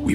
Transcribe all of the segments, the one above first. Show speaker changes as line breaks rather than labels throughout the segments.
We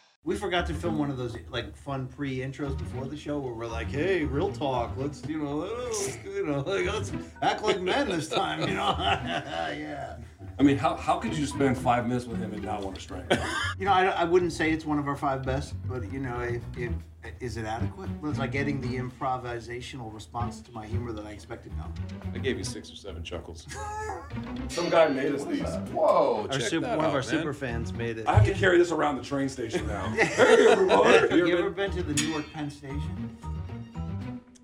We forgot to film one of those like fun pre intros before the show where we're like, "Hey, real talk. Let's you know, let's, you know, like, let's act like men this time." You know, yeah.
I mean, how, how could you spend five minutes with him and not want to strangle? him?
You know, I, I wouldn't say it's one of our five best, but you know, if, if is it adequate? Was I getting the improvisational response to my humor that I expected? No.
I gave you six or seven chuckles.
Some guy made us these.
Whoa,
Our
check
super,
that
one of
out,
our
man.
super fans made it.
I have to carry this around the train station now. Hey, everyone.
you
You
ever
ever
been to the Newark Penn Station?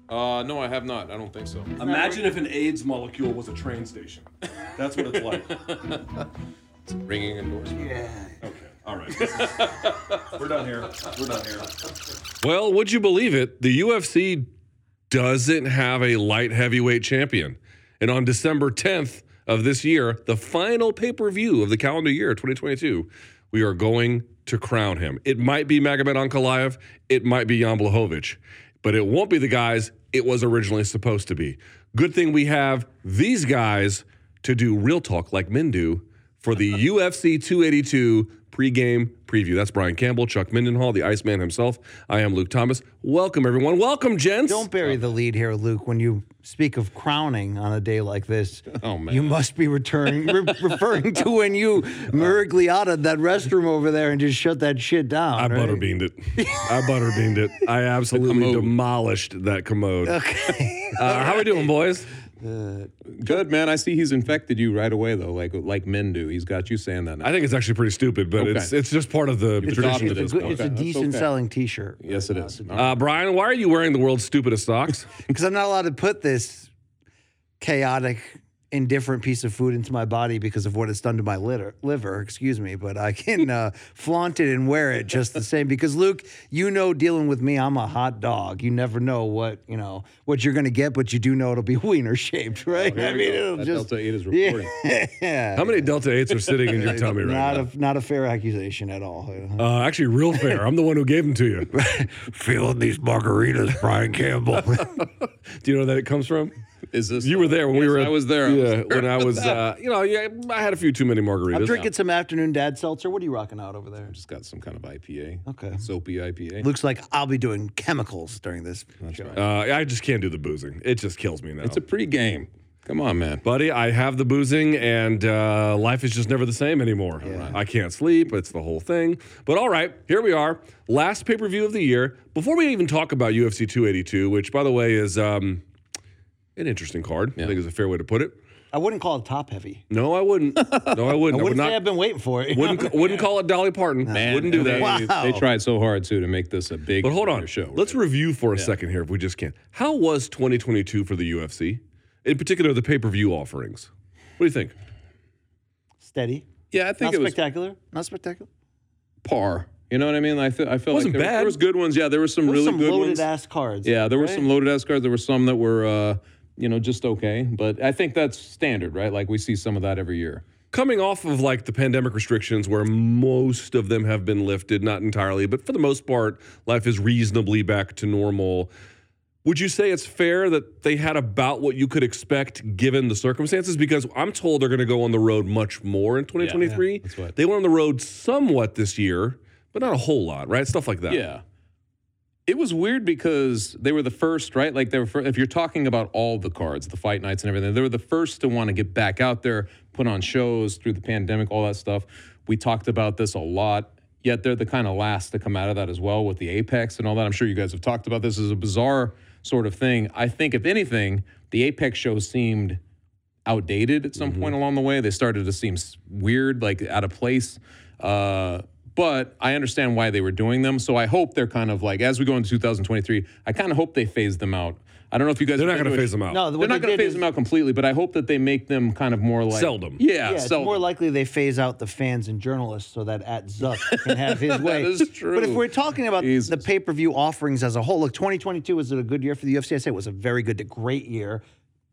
Uh, no, I have not. I don't think so.
been- Imagine if an AIDS molecule was a train station. That's what it's like.
Ringing endorsement.
Yeah.
Okay. All right. We're done here. We're done here.
Well, would you believe it? The UFC doesn't have a light heavyweight champion. And on December 10th of this year, the final pay per view of the calendar year 2022, we are going to crown him. It might be Magomed Ankalaev, it might be Jan Blachowicz, but it won't be the guys it was originally supposed to be. Good thing we have these guys to do real talk like men do for the UFC 282 pregame preview. That's Brian Campbell, Chuck Mindenhall, the Iceman himself. I am Luke Thomas. Welcome, everyone. Welcome, gents.
Don't bury the lead here, Luke. When you speak of crowning on a day like this, oh, man. you must be returning, re- referring to when you miragliata that restroom over there and just shut that shit down.
I
right?
butterbeaned it. I butterbeaned it. I absolutely demolished that commode. Okay. Uh, how we doing, boys?
Good man. I see he's infected you right away though, like like men do. He's got you saying that. Now.
I think it's actually pretty stupid, but
Okay.
it's it's just part of the
adopted
tradition.
it.
at
It's a,
this
good,
point.
it's a
Okay, that's
decent
okay.
selling t shirt.
yes, it is.
Uh, Brian, why are you wearing the world's stupidest socks?
Because I'm not allowed to put this chaotic, indifferent piece of food into my body because of what it's done to my litter, liver, excuse me. But I can uh, flaunt it and wear it just the same. Because Luke, you know, dealing with me, I'm a hot dog. You never know what you know what you're gonna get, but you do know it'll be wiener
Oh,
shaped, right? I mean, it'll
That
just
Delta Eight is reporting.
How many Delta 8s are sitting in your tummy right
not
now?
a not a fair accusation at all.
Uh, actually, real fair. I'm the one who gave them to you.
Feeling these margaritas, Brian Campbell.
Do you know where that it comes from?
Is this?
You were there when we
Yes,
were.
I was there. I was
Yeah,
there.
when I was. Uh, you know, yeah, I had a few too many margaritas.
I'm drinking some afternoon dad seltzer. What are you rocking out over there?
Just got some kind of IPA.
Okay.
Soapy IPA.
Looks like I'll be doing chemicals during this show.
Uh, I just can't do the boozing. It just kills me now.
It's a pre-game. Come on, man.
Oh, buddy. I have the boozing, and uh, life is just never the same anymore. I can't sleep. It's the whole thing. But all right, here we are. Last pay per view of the year. Before we even talk about UFC 282, which by the way is um, an interesting card. I think is a fair way to put it.
I wouldn't call it top heavy.
No, I wouldn't. No, I wouldn't. I would
Wouldn't say
not.
I've been waiting for it.
Wouldn't wouldn't call it Dolly Parton. wouldn't do that.
They, they tried so hard too to make this a big.
But hold on.
show.
Let's review for a second here if we just can. How was 2022 for the UFC? In particular, the pay per view offerings. What do you think?
Steady.
yeah, I think
Not
it was
spectacular. Not spectacular.
par. You know what I mean? I, th- I felt
Wasn't
like there,
bad.
there was good ones. Yeah, there were some
There was
really
some
good
loaded
ones.
ass cards.
Yeah, there were some loaded ass cards. There were some that were, uh, you know, just okay. But I think that's standard, right? Like we see some of that every year.
coming off of like the pandemic restrictions where most of them have been lifted not entirely but for the most part life is reasonably back to normal would you say it's fair that they had about what you could expect given the circumstances because i'm told they're going to go on the road much more in 2023
that's what-
they went on the road somewhat this year but not a whole lot right stuff like that
Yeah. It was weird because they were the first, right? Like they were. Fir- if you're talking about all the cards, the fight nights and everything, they were the first to want to get back out there, put on shows through the pandemic, all that stuff. We talked about this a lot. Yet they're the kind of last to come out of that as well with the apex and all that. I'm sure you guys have talked about this as a bizarre sort of thing. I think if anything, the apex show seemed outdated at some
Mm-hmm.
point along the way. They started to seem s- weird, like out of place. Uh, but I understand why they were doing them. So I hope they're kind of like as we go into 2023. I kind of hope they phase them out. I don't know if you guys
They're not going to phase them out.
No,
They're not going to phase them out completely, but I hope that they make them kind of more like
Seldom.
Yeah,
Yeah, it's
seldom.
more likely they phase out the fans and journalists so that at Zuck can have his way.
is
But if
true.
we're talking about
Jesus.
the pay per view offerings as a whole, look, 2022 was a good year for the UFC. I say it was a very good to great year.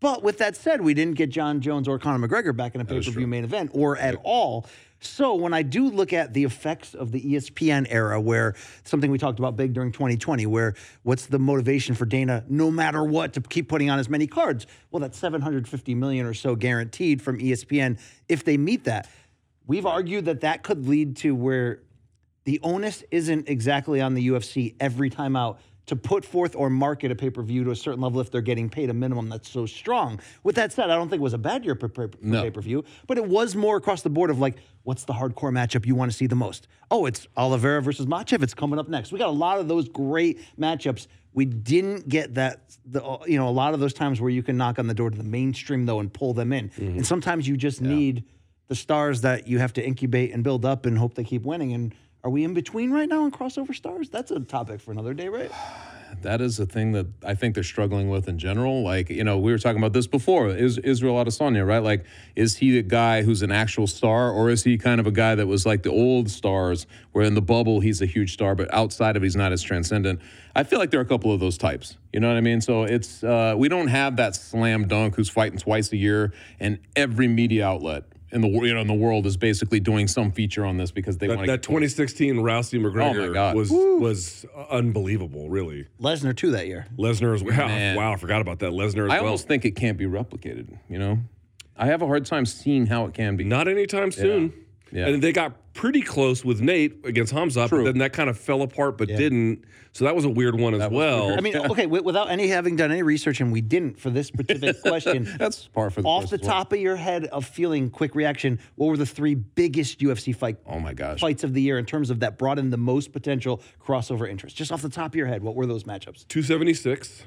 But with that said, we didn't get John Jones or Conor McGregor back in a pay per view main event or at all. So when I do look at the effects of the E ESPN era, where something we talked about big during 2020, where what's the motivation for Dana, no matter what, to keep putting on as many cards? Well, that's 750 million or so guaranteed from E ESPN if they meet that. We've argued that that could lead to where the onus isn't exactly on the UFC every time out to put forth or market a pay per view to a certain level if they're getting paid a minimum that's so strong. With that said, I don't think it was a bad year for pay per view, but it was more across the board of like, what's the hardcore matchup you want to see the most? Oh, it's Oliveira versus Machev. It's coming up next. We got a lot of those great matchups. We didn't get that, the, you know, a lot of those times where you can knock on the door to the mainstream though and pull them in. And sometimes you just need the stars that you have to incubate and build up and hope they keep winning. And are we in between right now on crossover stars? That's a topic for another day, right?
that is a thing that I think they're struggling with in general. Like, you know, we were talking about this before. Is Israel Adesanya, right? Like, is he a guy who's an actual star, or is he kind of a guy that was like the old stars, where in the bubble he's a huge star, but outside of he's not as transcendent? I feel like there are a couple of those types. You know what I mean? So it's uh, we don't have that slam dunk who's fighting twice a year, and every media outlet in the wor- you know in the world is basically doing some feature on this because they
That,
want
that
to.
2016 Rousey McGregor
Oh God.
was was unbelievable, really.
Lesnar too that year.
Lesnar as wow, wow, I forgot about that. Lesnar as
I
well.
almost think it can't be replicated. You know, I have a hard time seeing how it can be.
Not anytime soon.
Yeah.
And they got pretty close with Nate against Hamza, but then that kind of fell apart, but didn't. So that was a weird one as well.
I mean, okay, wi- without any having done any research, and we didn't for this specific question.
That's par for the
off
course
the
as well.
top of your head of feeling quick reaction. What were the three biggest UFC fight
Oh my gosh.
fights of the year in terms of that brought in the most potential crossover interest? Just off the top of your head, what were those matchups?
276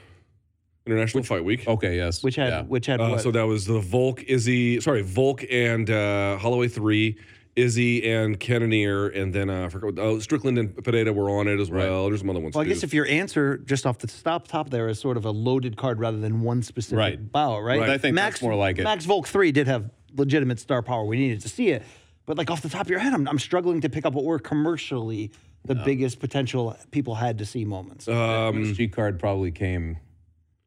International Fight Week.
Okay, yes.
Which had
yeah.
which had
Uh,
what?
so that was the Volk Izzy, sorry, Volk and uh, Holloway three, Izzy and Cannoneer, and then uh, I forgot. what- Oh, Strickland and Pineda were on it as well. There's some other ones.
Well, I
too.
guess if your answer just off the top top there is sort of a loaded card rather than one specific
Right.
bow, right?
Right. I think
Max
that's more like it.
Max Volk three did have legitimate star power. We needed to see it, but like off the top of your head, I'm, I'm struggling to pick up what were commercially the biggest potential people had to see
Uh,
moments.
MSG Um, card probably came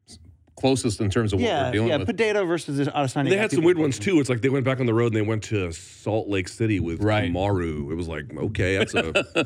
s- closest in terms of what
yeah,
we're dealing
yeah.
with.
Potato versus this Adesanya.
they
got
had some
people
weird ones too. It's like they went back on the road and they went to Salt Lake City with
Right.
Maru. It was like okay, that's a
Ends up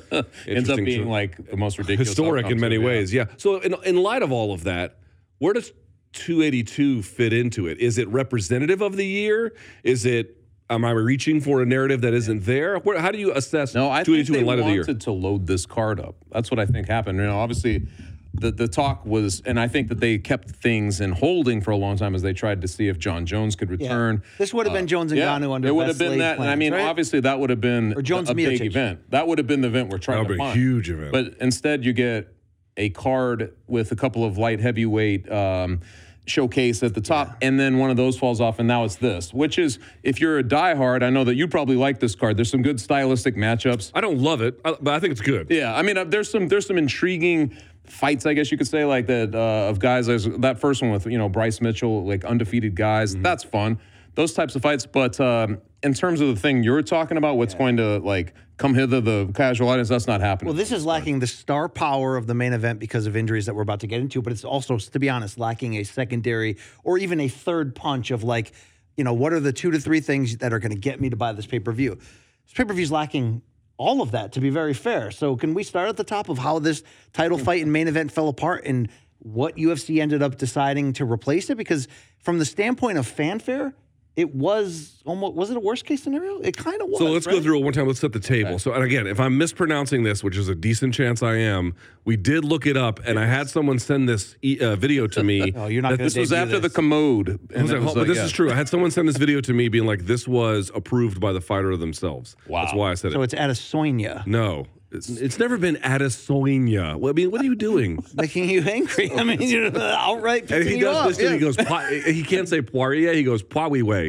interesting
being
cho-
like the most ridiculous,
historic in
outcome,
many
too, yeah.
ways. Yeah. So in in light of all of that, where does 282 fit into it? Is it representative of the year? Is it am I reaching for a narrative that isn't there? Where, how do you assess
No, I think
282
they
in light of the year?
wanted to load this card up. That's what I think happened. You know, obviously, the the talk was, and I think that they kept things in holding for a long time as they tried to see if John Jones could
Yeah.
return.
This would have been Jones and Ganu under
Uh, it would
best
have been
laid
that. and I
plans,
mean,
right?
obviously, that would have been
Or Jones
a, a big
Miocic.
event. That would have been the event we're trying
That
to
would be a
find.
huge event.
But instead, you get a card with a couple of light heavyweight. Um, Showcase at the top, and then one of those falls off, and now it's this. Which is, if you're a diehard, I know that you probably like this card. There's some good stylistic matchups.
I don't love it, I- but I think it's good.
Yeah, I mean, uh, there's some there's some intriguing fights, I guess you could say, like that uh, of guys. There's that first one with you know Bryce Mitchell, like undefeated guys.
Mm-hmm.
That's fun. Those types of fights, but um, in terms of the thing you're talking about, what's going to like come hither the casual audience? That's not happening.
Well, this is lacking the star power of the main event because of injuries that we're about to get into, but it's also, to be honest, lacking a secondary or even a third punch of like, you know, what are the two to three things that are going to get me to buy this pay per view? This pay per view is lacking all of that, to be very fair. So, can we start at the top of how this title fight and main event fell apart and what UFC ended up deciding to replace it? Because from the standpoint of fanfare, it was almost was it a worst case scenario? It kind of was.
So let's
right?
go through it one time. Let's set the table. So, and again, if I'm mispronouncing this, which is a decent chance I am, we did look it up, and I had someone send this e- uh, video to me.
Oh, you're not
that
gonna
this
was
debut
after the
this.
commode.
I
and
was
it
like,
was
"Oh, but
like,
this
yeah.
is true. I had someone send this video to me, being like, "This was approved by the fighter themselves." Wow. That's why I said
So
it.
it's Adesanya.
No, It's, it's never been Adesanya. Well, I mean, what are you doing?
making you angry. I mean, you know, outright
And
pissing
he
you
does
off.
this, and he
yeah.
goes, "Poi-" he can't say Poirier, he goes Poirier.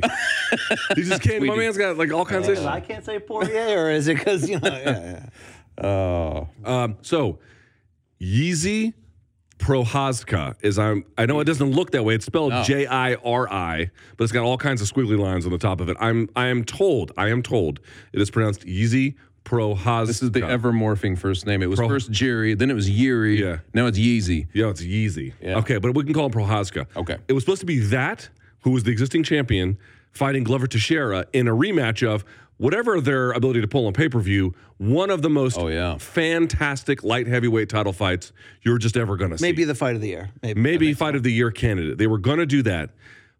he just can't. My man's got like all kinds of.
'Cause I can't say Poirier, or is it because you know? Yeah,
Um, so Yeezy Prohazka is I'm I know it doesn't look that way. It's spelled J I R I, but it's got all kinds of squiggly lines on the top of it. I'm I am told, I am told it is pronounced Yeezy Prohazka.
This is the ever morphing first name. It was
Pro-
first Jerry, then it was Yeri.
Yeah.
Now it's Yeezy.
Yeah, it's Yeezy.
Yeah.
Okay, but we can call him Prohazka.
Okay.
It was supposed to be that, who was the existing champion, fighting Glover Teixeira in a rematch of whatever their ability to pull on pay per view, one of the most
Oh, yeah.
fantastic light heavyweight title fights you're just ever going to see.
maybe the fight of the year. Maybe.
Maybe fight of the year candidate. They were going to do that.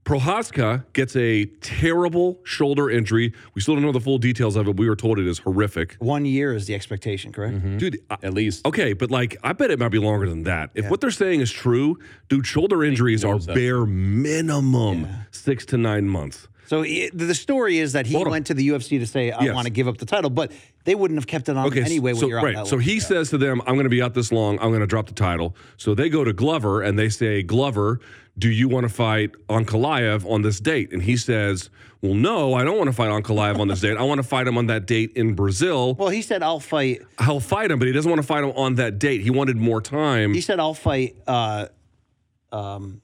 Prohaska gets a terrible shoulder injury. We still don't know the full details of it. We were told it is horrific.
One year is the expectation, correct?
Dude, I-
At least.
Okay, but like I bet it might be longer than that. If what they're saying is true, dude, shoulder injuries are bare minimum six to nine months.
So i the story is that he
Hold on.
went to the UFC to say, "I
Yes.
want to give up the title," but they wouldn't have kept it on
Okay, s-
anyway. When
so
you're on
right,
that
so
long.
he says to them, "I'm going to be out this long. I'm going to drop the title." So they go to Glover and they say, "Glover, do you want to fight Ankalaev on this date?" And he says, "Well, no, I don't want to fight Ankalaev on this date. I want to fight him on that date in Brazil.
Well, he said, "I'll fight."
I'll fight him, but he doesn't want to fight him on that date. He wanted more time."
He said, "I'll fight." Uh, um,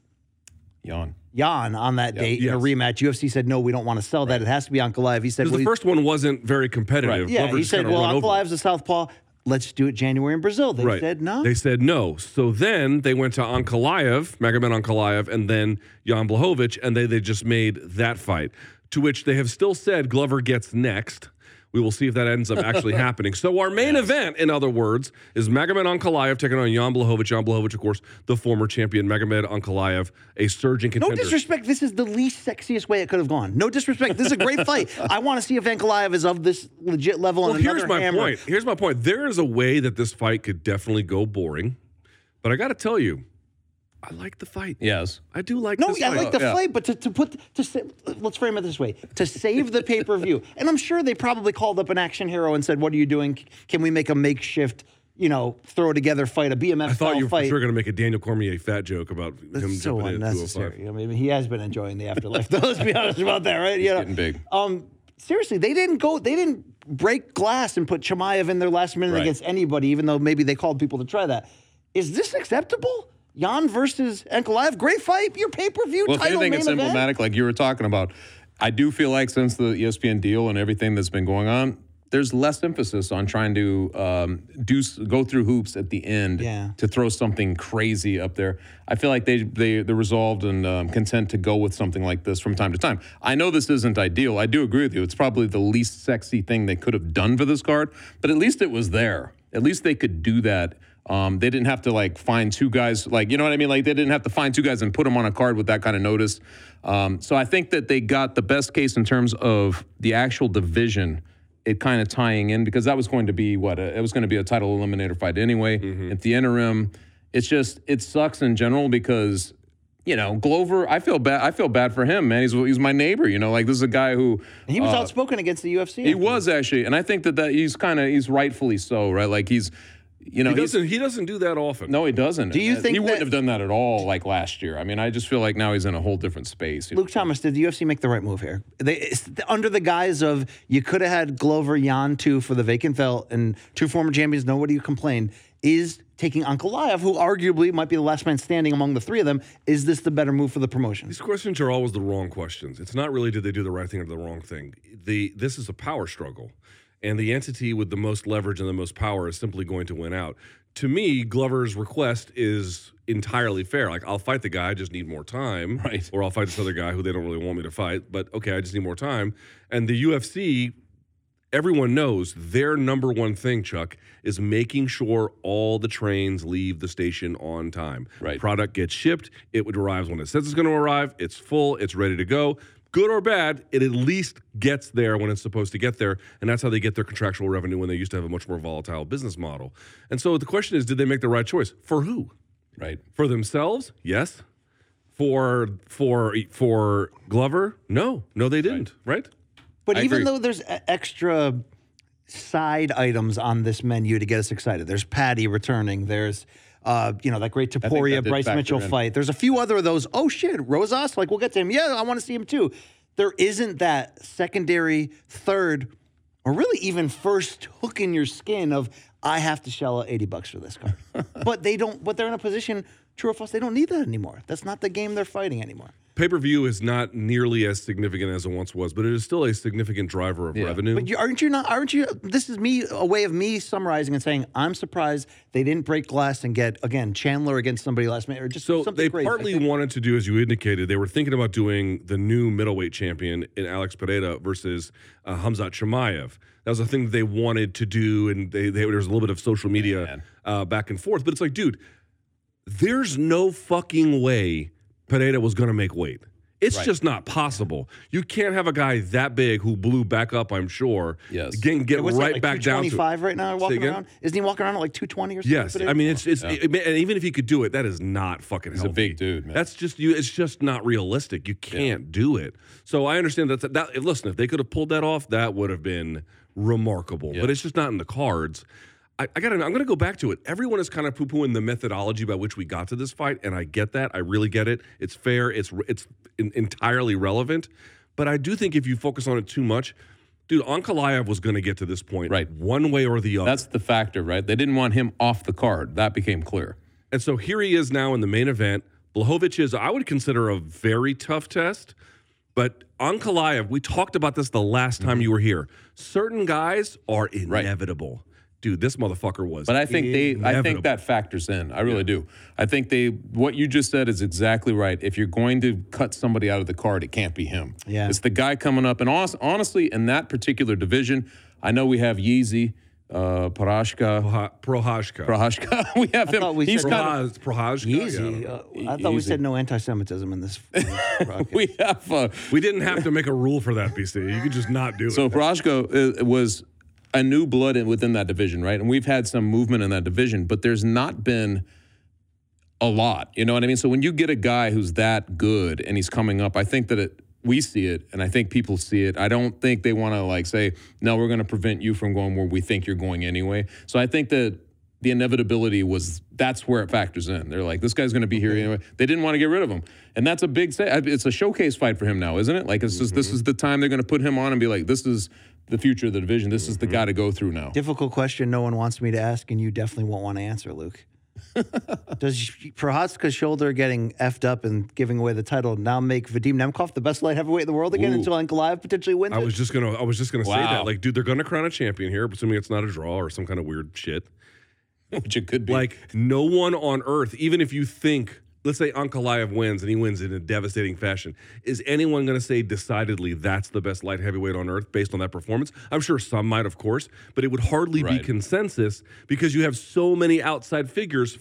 Yawn.
Jan on that date in a
Yes.
rematch. UFC said no, we don't want to sell that. It has to be Ankalaev. He said,
because
well,
the
he-
first one wasn't very competitive.
Right.
yeah,
Glover
he
just
said,
kinda
well,
run over him.
Ankalaev's a southpaw. Let's do it January in Brazil. They said no.
They said no. So then they went to Ankalaev, Magomed Ankalaev, and then Jan Blahovic, and they, they just made that fight, to which they have still said Glover gets next. We will see if that ends up actually happening. So our main event, in other words, is Magomed Ankalaev taking on Jan Blahovic. Jan Blahovic, of course, the former champion. Magomed Ankalaev, a surging
no
contender.
disrespect. This is the least sexiest way it could have gone. No disrespect. This is a great fight. I want to see if Ankalaev is of this legit level.
Well,
and
here's
another
my
hammer.
point. Here's my point. There is a way that this fight could definitely go boring, but I got to tell you, I like the fight.
Yes.
I do like.
No,
this
I
fight.
like the fight, but to, to put to sa- let's frame it this way: to save the pay per view, and I'm sure they probably called up an action hero and said, "What are you doing? Can we make a makeshift, you know, throw together fight, a BMF
I thought
style
you were for
fight?"
sure going to make a Daniel Cormier fat joke about him
That's so
jumping
oh
in at 205.
unnecessary. I mean, he has been enjoying the afterlife. though, Let's be honest about that, right? Yeah,
getting big.
Um, seriously, they didn't go. They didn't break glass and put Chimaev in their last minute
Right.
against anybody, even though maybe they called people to try that. Is this acceptable? Jan versus Ankalaev, great fight. Your pay per view
Well, if
title
anything,
main
it's
event.
emblematic, like you were talking about. I do feel like since the E ESPN deal and everything that's been going on, there's less emphasis on trying to um, do s- go through hoops at the end
Yeah.
to throw something crazy up there. I feel like they they they're resolved and um, content to go with something like this from time to time. I know this isn't ideal. I do agree with you. It's probably the least sexy thing they could have done for this card, but at least it was there. At least they could do that. Um, they didn't have to like find two guys, like you know what I mean. Like they didn't have to find two guys and put them on a card with that kind of notice. Um, so I think that they got the best case in terms of the actual division. It kind of tying in because that was going to be what a, it was going to be a title eliminator fight anyway. At the interim, it's just it sucks in general because you know Glover. I feel bad. I feel bad for him, man. He's he's my neighbor. You know, like this is a guy who
He was outspoken against the UFC.
Uh, he was actually, and I think that that he's kind of he's rightfully so, right? Like he's. You know,
He
he's-
doesn't. He doesn't do that often.
no, he doesn't. Do
you think
he wouldn't
that-
have done that at all like last year? I mean, I just feel like now he's in a whole different space. you know?
Luke Thomas, did the UFC make the right move here? They, it's- under the guise of you could have had Glover, Jan, two for the vacant belt, and two former champions, nobody complained, is taking Ankalaev, who arguably might be the last man standing among the three of them. Is this the better move for the promotion?
These questions are always the wrong questions. It's not really did they do the right thing or the wrong thing. The this is a power struggle, and the entity with the most leverage and the most power is simply going to win out. To me, Glover's request is entirely fair. Like I'll fight the guy, I just need more time,
Right.
Or I'll fight this other guy who they don't really want me to fight, but okay, I just need more time. And the UFC everyone knows their number one thing, Chuck, is making sure all the trains leave the station on time.
Right.
Product gets shipped. It arrives when it says it's going to arrive. It's full. It's ready to go. Good or bad, it at least gets there when it's supposed to get there. And that's how they get their contractual revenue when they used to have a much more volatile business model. And so the question is did they make the right choice? For who?
Right.
For themselves? Yes. For for for Glover? No. No, they didn't, right?
But
I
even
agree.
though there's e- extra side items on this menu to get us excited. There's Patty returning. There's uh, you know that great Taporia
did
Bryce
factor
Mitchell
in.
fight. There's a few other of those. Oh shit, Rosas. Like we'll get to him. Yeah, I want to see him too. There isn't that secondary, third, or really even first hook in your skin of I have to shell out eighty bucks for this card. but they don't. But they're in a position. True or false? They don't need that anymore. That's not the game they're fighting anymore.
Pay per view is not nearly as significant as it once was, but it is still a significant driver of revenue.
But you, aren't you not? Aren't you? This is me a way of me summarizing and saying I'm surprised they didn't break glass and get again Chandler against somebody last minute or just
so
something
they
crazy.
partly wanted to do, as you indicated, they were thinking about doing the new middleweight champion in Alex Pereira versus uh, Hamzat Shemaev. That was a thing they wanted to do, and they, they, there was a little bit of social media uh, back and forth. But it's like, dude, there's no fucking way Pineda was going to make weight. It's just not possible. You can't have a guy that big who blew back up, I'm sure.
Yes.
Get, get
What's that,
right
like
back down to
225 right now walking
again?
around. Isn't he walking around at like 220 or something?
Yes, I mean it's it's it- and even if he could do it, that is not fucking. He's
a big dude, man.
That's just you. It's just not realistic. You can't do it. So I understand that. That if- listen, if they could have pulled that off, that would have been remarkable. But it's just not in the cards. I, I got. I'm going to go back to it. Everyone is kind of poo pooing the methodology by which we got to this fight, and I get that. I really get it. It's fair. It's re- it's in, entirely relevant. But I do think if you focus on it too much, dude, Ankalaev was going to get to this point,
Right.
One way or the other.
That's the factor, right? They didn't want him off the card. That became clear.
And so here he is now in the main event. Blahovic is, I would consider, a very tough test. But Ankalaev, we talked about this the last
Mm-hmm.
time you were here. Certain guys are inevitable. Dude, this motherfucker was.
But I think they, I
inevitable.
think that factors in. I really do. I think they, what you just said is exactly right. If you're going to cut somebody out of the card, it can't be him.
Yeah.
It's the guy coming up. And hon- honestly, in that particular division, I know we have Yeezy, uh, Parashka,
Proha- Prohashka.
Prohashka. we have him.
thought we
He's
said-
kind of,
Prohaz- Prohashka? Yeah, I don't
Easy.
know.
Uh, I thought we
Easy.
said no anti-Semitism in this. rocket.
we have, uh,
we didn't have to make a rule for that, BC. You could just not do
So
it.
Proshko uh, was a new blood in, within that division, right? And we've had some movement in that division, but there's not been a lot. You know what I mean? So when you get a guy who's that good and he's coming up, I think that it we see it and I think people see it. I don't think they want to like say, "No, we're going to prevent you from going where we think you're going anyway." So I think that the inevitability was that's where it factors in. They're like, this guy's going to be here anyway. They didn't want to get rid of him, and that's a big. Say- it's a showcase fight for him now, isn't it? Like, it's just this is the time they're going to put him on and be like, this is the future of the division. This is the guy to go through now.
Difficult question. No one wants me to ask, and you definitely won't want to answer, Luke. Does Prohaska's shoulder getting effed up and giving away the title now make Vadim Nemkov the best light heavyweight in the world again
Ooh.
until Ankalaev potentially wins
I
it?
was just gonna, I was just gonna say
Wow.
that, like, dude, they're gonna crown a champion here, assuming it's not a draw or some kind of weird shit.
Which it could be.
Like no one on earth, even if you think, let's say Ankalaev wins and he wins in a devastating fashion, is anyone going to say decidedly that's the best light heavyweight on earth based on that performance? I'm sure some might, of course, but it would hardly
Right.
be consensus because you have so many outside figures.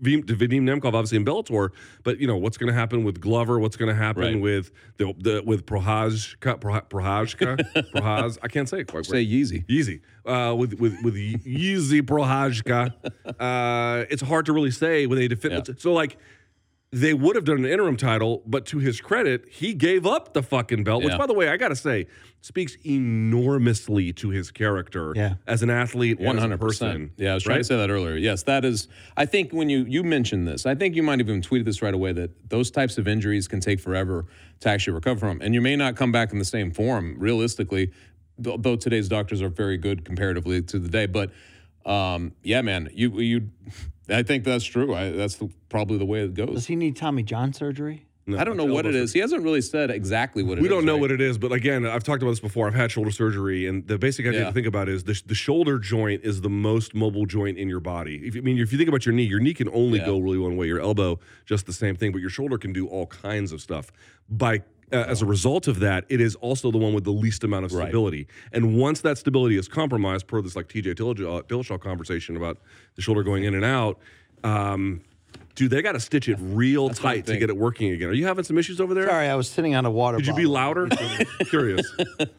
V- Vadim Nemkov, obviously in Bellator, but you know what's going to happen with Glover. What's going to happen
Right.
with the, the with Prohajka, Proha- Prohajka, Prohaz. I can't say it quite. right.
say Yeezy.
Yeezy. Uh, with with with Ye- Yeezy Prohajka. Uh, it's hard to really say when they defend. So like they would have done an interim title, but to his credit, he gave up the fucking belt, which
Yeah.
by the way, I gotta say, speaks enormously to his character
Yeah.
as an athlete, one hundred
100%.
person.
Yeah, I was trying
right?
to say that earlier. Yes, that is. I think when you you mentioned this, I think you might have even tweeted this right away that those types of injuries can take forever to actually recover from, and you may not come back in the same form realistically. th- Though today's doctors are very good comparatively to the day, but um, yeah, man, you you, I think that's true. I, that's the, probably the way it
Does
goes.
he need Tommy John surgery?
I don't know what it is. He hasn't really said exactly what it is.
We don't know
right?
what it is, but again, I've talked about this before. I've had shoulder surgery, and the basic idea
Yeah.
to think about is the, the shoulder joint is the most mobile joint in your body. If, you- I mean, if you think about your knee, your knee can only go really one way. Your elbow, just the same thing, but your shoulder can do all kinds of stuff. By uh, as a result of that, it is also the one with the least amount of stability. And once that stability is compromised, uh, per this like TJ Dillashaw, Dillashaw conversation about the shoulder going in and out. Um, Dude, they got to stitch it real tight to
thinking.
get it working again. Are you having some issues over there?
Sorry, I was sitting on a water
Could you be
bottle.
louder? Curious.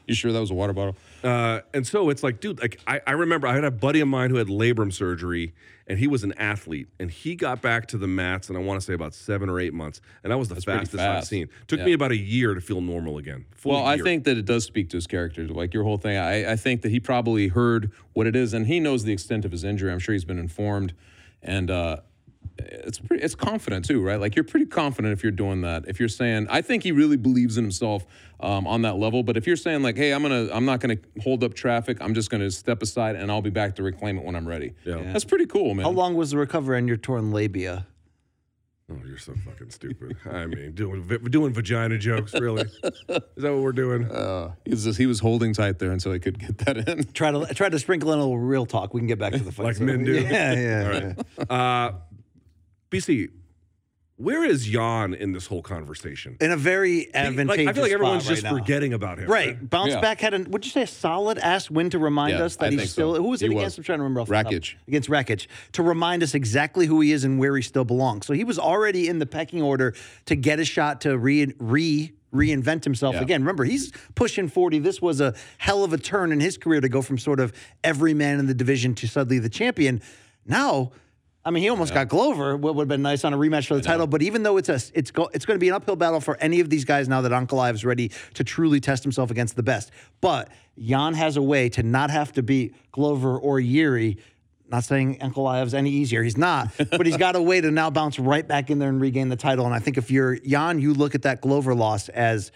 You sure that was a water bottle?
Uh, and so it's like, dude, like I, I remember I had a buddy of mine who had labrum surgery, and he was an athlete, and he got back to the mats, and I want to say about seven or eight months, and that was the
pretty
fastest I've
fast.
seen. Took
Yeah.
me about a year to feel normal again. Full
Well, I
year.
think that it does speak to his character. Like your whole thing, I, I think that he probably heard what it is, and he knows the extent of his injury. I'm sure he's been informed, and uh, it's pretty, it's confident too, right? Like you're pretty confident if you're doing that. If you're saying, I think he really believes in himself um, on that level. But if you're saying like, hey, I'm gonna, I'm not gonna hold up traffic. I'm just gonna step aside, and I'll be back to reclaim it when I'm ready. Yeah, that's pretty cool, man.
How long was the recovery on your torn labia?
Oh, you're so fucking stupid. I mean, doing vi- doing vagina jokes, really? Is that what we're doing?
He was just- he was holding tight there until he could get that in.
Try to try to sprinkle in a little real talk. We can get back to the fight.
Like
So-
men do.
Yeah, yeah. yeah.
BC, where is Jan in this whole conversation?
In a very
Like,
advantageous.
I feel like everyone's
spot
just
right now.
forgetting about him.
Right, bounce
Yeah.
back had an. Would you say a solid ass win to remind
Yeah,
us
I
that
think
he's still?
so.
Who was
He
it
was.
against? I'm trying to remember. off the top.
Rakic.
against Rakic to remind us exactly who he is and where he still belongs. So he was already in the pecking order to get a shot to re re reinvent himself
Yeah.
again. Remember, he's pushing 40. This was a hell of a turn in his career to go from sort of every man in the division to suddenly the champion. Now. I mean, he almost got Glover. What would have been nice on a rematch for the title, but even though it's a, it's go, it's going to be an uphill battle for any of these guys now that Ankalaev is ready to truly test himself against the best. But Jan has a way to not have to beat Glover or Yuri. Not saying Ankalaev's any easier. He's not, but he's got a way to now bounce right back in there and regain the title. And I think if you're Jan, you look at that Glover loss as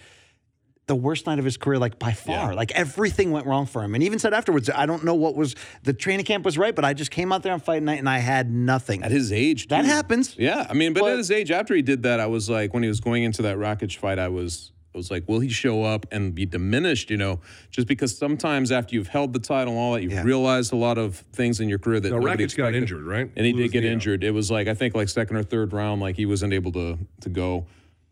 the worst night of his career, like by far. Like everything went wrong for him. And even said afterwards, I don't know what was the training camp was right, but I just came out there on fight night and I had nothing.
At his age,
that
too.
happens.
Yeah, I mean, but, at
But-
his age, after he did that, I was like, when he was going into that Rakic fight, I was, I was like, will he show up and be diminished? You know, just because sometimes after you've held the title and all that, you've realized a lot of things in your career that
Now,
nobody
Rakic got
expected.
injured, right? uh,
and he
Blew his
did get
knee out.
injured. It was like I think like second or third round, like he wasn't able to to go.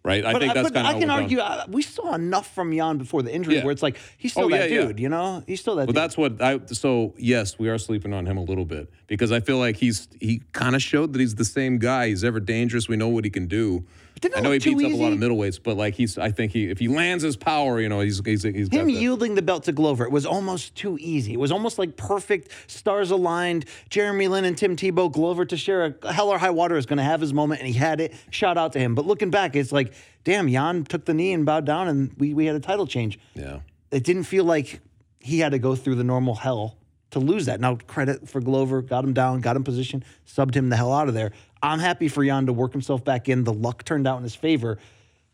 Right, I
But
think
I,
that's
but
kind of
I can argue uh, we saw enough from Jan before the injury
Yeah.
where it's like he's still
Oh,
that
yeah, yeah.
dude, you know? He's still that
But
dude.
that's what I. So yes, we are sleeping on him a little bit because I feel like he's he kind of showed that he's the same guy. He's ever dangerous. We know what he can do.
didn't it
I know he
look
beats
too
up a lot of
easy?
middleweights, but like he's. I think he if he lands his power, you know, he's he's he's got
Him
that.
yielding the belt to Glover, it was almost too easy. It was almost like perfect stars aligned. Jeremy Lin and Tim Tebow, Glover to share a hell or high water is going to have his moment, and he had it. Shout out to him. But looking back, it's like, damn, Jan took the knee and bowed down, and we, we had a title change.
yeah.
It didn't feel like he had to go through the normal hell to lose that. Now, credit for Glover, got him down, got him positioned, subbed him the hell out of there. I'm happy for Jan to work himself back in. The luck turned out in his favor.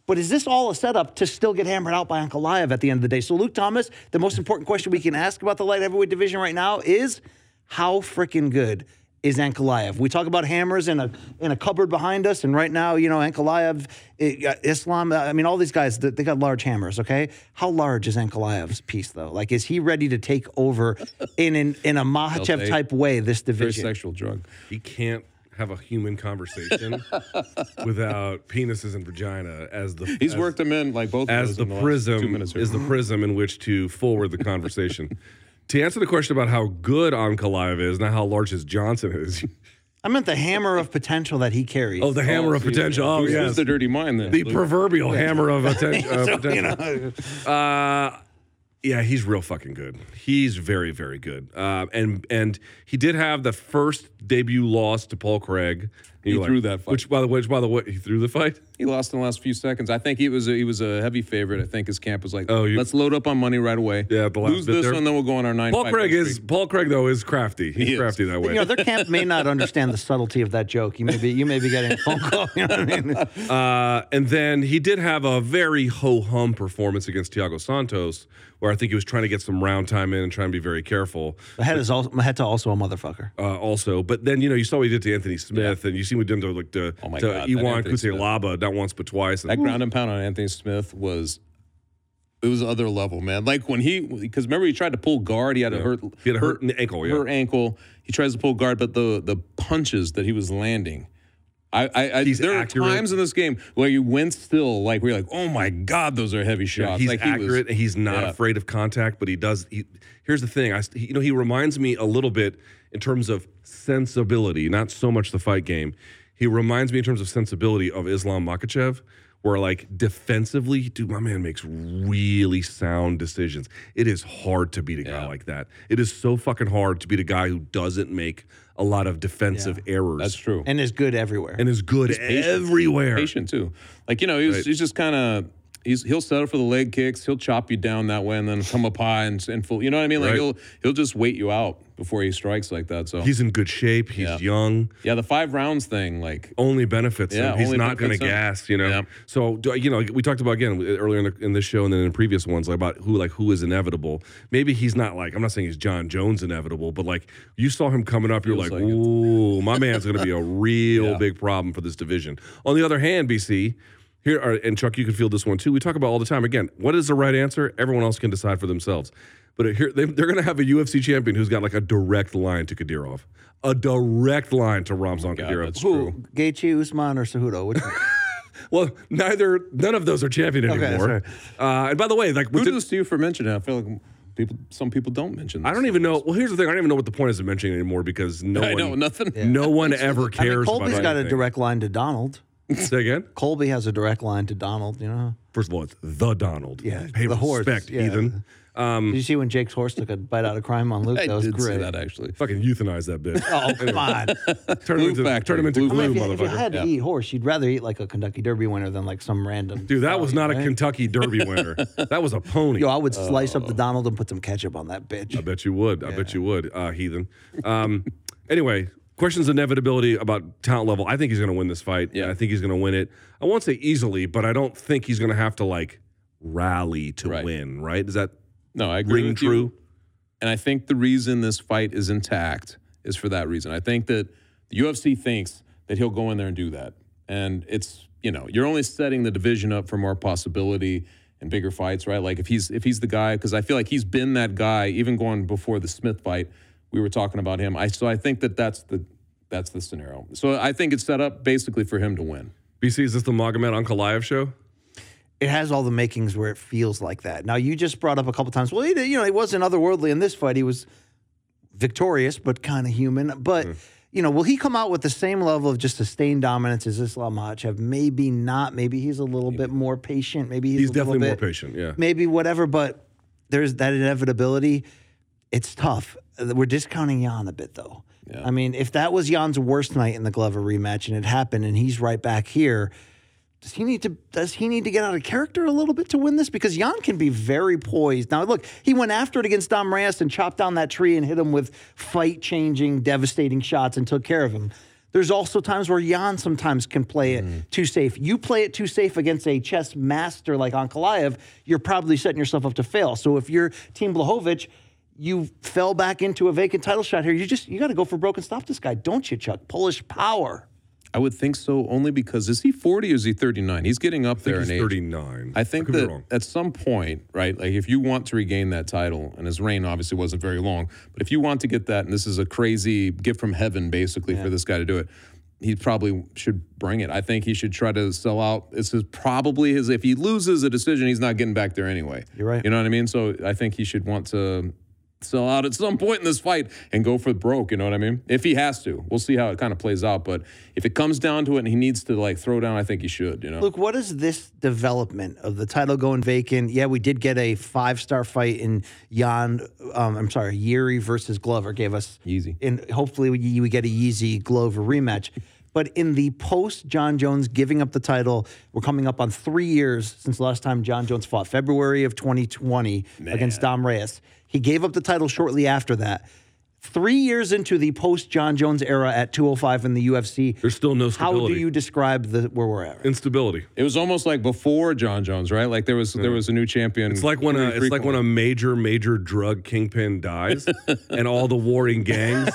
But is this all a setup to still get hammered out by Uncle Live at the end of the day? So, Luke Thomas, the most important question we can ask about the light heavyweight division right now is how freaking good is Ankalaev? We talk about hammers in a in a cupboard behind us, and right now, you know, Ankalaev, i- uh, Islam. uh, I mean, all these guys they they got large hammers. Okay, how large is Ankalaev's piece though? Like, is he ready to take over in an, in a Mahachev type way this
Very
division?
sexual drug.
He can't have a human conversation without penises and vagina as the
He's
as-
worked him in like both of
as
those
the
in last two
prism
minutes here.
is the prism in which to forward the conversation. to answer the question about how good Ankalaev is, not how large his Johnson is.
I meant the hammer of potential that he carries.
Oh, the hammer of
see,
potential. Oh,
who's, whoa's
yes.
the dirty mind then?
The
Luke?
proverbial hammer of atten- of
So,
potential.
you know,
Uh, yeah, he's real fucking good. He's very, very good. Uh, and and he did have the first debut loss to Paul Craig.
He threw that fight.
Which by the which by the way, he threw the fight.
He lost in the last few seconds. I think he was a, he was a heavy favorite. I think his camp was like,
Oh, you-
let's load up on money right away.
Yeah, the last
lose
bit
this
there.
one, then we'll go on our nine.
Paul
fight
Craig
win
is
streak.
Paul Craig though is crafty. He's
is.
crafty that way.
you know, their camp may not understand the subtlety of that joke. You may be you may be getting a phone call. You know what I mean?
Uh, and then he did have a very ho hum performance against Thiago Santos, where I think he was trying to get some round time in and trying to be very careful.
My head is also my head's also a motherfucker.
uh, also. But then you know you saw what he did to Anthony Smith, and you see what he did to like to,
Oh my
to
God, that
Iwan
Anthony Smith.
Kutelaba not once but twice. And-
That ground and pound on Anthony Smith was it was other level, man. Like when he because remember he tried to pull guard, he had a hurt
He had a hurt n- ankle, yeah.
hurt ankle. He tries to pull guard, but the the punches that he was landing. I, I, I
He's
there
accurate.
are times in this game where you went still, like we're like, oh my god, those are heavy
Yeah,
shots.
he's
like he was-
accurate. and he's not
yeah.
afraid of contact, but he does. He, here's the thing: I, st- he, you know, he reminds me a little bit in terms of sensibility, not so much the fight game. He reminds me in terms of sensibility of Islam Makachev, where like defensively, dude, my man makes really sound decisions. It is hard to beat a guy like that. It is so fucking hard to beat a guy who doesn't make a lot of defensive errors.
That's true.
and is good everywhere.
And is good everywhere.
patient too. Like you know, he's he's just kind of he's he'll settle for the leg kicks. He'll chop you down that way and then come up high and and full. You know what I mean? Like
Right.
he'll he'll just wait you out before he strikes like that. So
He's in good shape. He's young.
yeah, the five rounds thing, like
only benefits
Yeah,
him. He's
only
not going to
benefits him.
gas, you know.
Yeah.
So do- you know, we talked about again earlier in, the, in this show and then in previous ones like, about who like who is inevitable. Maybe he's not like I'm not saying he's John Jones inevitable, but like you saw him coming up, you're like,
like it.
ooh, my man's going to be a real big problem for this division. On the other hand, BC. Here are, and Chuck, you can feel this one too. We talk about all the time. Again, what is the right answer? Everyone else can decide for themselves. But uh, here, they, they're going to have a UFC champion who's got like a direct line to Kadyrov, a direct line to Ramzan Kadyrov.
Oh that's
Who-
true.
Gaethje, Usman, or Cejudo? Which one?
well, neither none of those are champion anymore. Uh, and by the way, like
who
within-
does do you for mentioning? I feel like people some people don't mention. This.
I don't even know. Well, here's the thing: I don't even know what the point is of mentioning it anymore because no
I
one,
know nothing.
no one ever
I mean,
cares.
Colby's
about
got a
anything.
direct line to Donald.
Say again.
Colby has a direct line to Donald. You know.
First of all, it's the Donald.
Yeah,
pay
the horse,
respect,
yeah.
heathen. Mm.
Did you see when Jake's horse took a bite out of crime on Luke?
I
That was
did
great.
say that actually.
Fucking euthanize that bitch.
Oh come on!
turn
Glue
him into
factory.
turn him into
Glue
glue,
if, you, if you
motherfucker.
had to
Yeah.
eat horse, you'd rather eat like a Kentucky Derby winner than like some random.
Dude, that was not a Kentucky Derby winner. that was a pony.
Yo, I would slice
Oh.
up the Donald and put some ketchup on that bitch.
I bet you would. I bet you would, uh, heathen. Um, anyway, questions of inevitability about talent level. I think he's going to win this fight. Yeah, I think he's going to win it. I won't say easily, but I don't think he's going to have to like rally to
Right.
win. Right? Does that
No, I agree.
ring
with you.
true?
And I think the reason this fight is intact is for that reason. I think that the UFC thinks that he'll go in there and do that. And it's, you know, you're only setting the division up for more possibility and bigger fights, right? Like if he's if he's the guy because I feel like he's been that guy even going before the Smith fight, we were talking about him. I so I think that that's the that's the scenario. So I think it's set up basically for him to win.
BC, is this the Magomed Ankalaev show?
it has all the makings where it feels like that. Now you just brought up a couple times. Well, he, did- you know, he wasn't otherworldly in this fight. He was victorious, but kind of human. But
Mm.
you know, will he come out with the same level of just sustained dominance as Islam Makhachev? Maybe not. Maybe he's a little bit more patient. Maybe he's,
He's
a little
definitely more
bit-
patient. Yeah.
Maybe whatever. But there's that inevitability. It's tough. Uh, We're discounting Jan a bit though. I mean, if that was Jan's worst night in the Glover rematch and it happened, and he's right back here does he need to does he need to get out of character a little bit to win this? Because Jan can be very poised. Now look, he went after it against Dom Reyes and chopped down that tree and hit him with fight changing, devastating shots and took care of him. There's also times where Jan sometimes can play it too safe. You play it too safe against a chess master like Ankalaev, you're probably setting yourself up to fail. So if you're Team Blahovic, you fell back into a vacant title shot here. You just you got to go for broke and stop this guy, don't you, Chuck? Polish power.
I would think so only because is he 40 or is he 39? He's getting up there
He's
in age.
39.
I think
could be
that
wrong.
at some point, right? Like if you want to regain that title, and his reign obviously wasn't very long, but if you want to get that, and this is a crazy gift from heaven, basically, for this guy to do it, he probably should bring it. I think he should try to sell out. This is probably his. If he loses a decision, he's not getting back there anyway. You're
right.
You know what I mean? So I think he should want to sell out at some point in this fight and go for broke. You know what I mean? If he has to, we'll see how it kind of plays out. But if it comes down to it, and he needs to like throw down, I think he should. You know?
Luke, what is this development of the title going vacant? Yeah, we did get a five star fight in Jan. Um, I'm sorry, Yuri versus Glover gave us
Yeezy.
and hopefully we, we get a Yeezy Glover rematch. But in the post John Jones giving up the title, we're coming up on three years since the last time John Jones fought, February of 2020 against Dom Reyes. He gave up the title shortly after that. Three years into the post John Jones era at 205 in the UFC,
There's still no
how do
stability.
you describe the where we're at? right
Instability.
It was almost like before John Jones, right? Like there was there was a new champion.
Mm. It's like when a
pretty
it's like when
frequently.
a major major drug kingpin dies, and all the warring gangs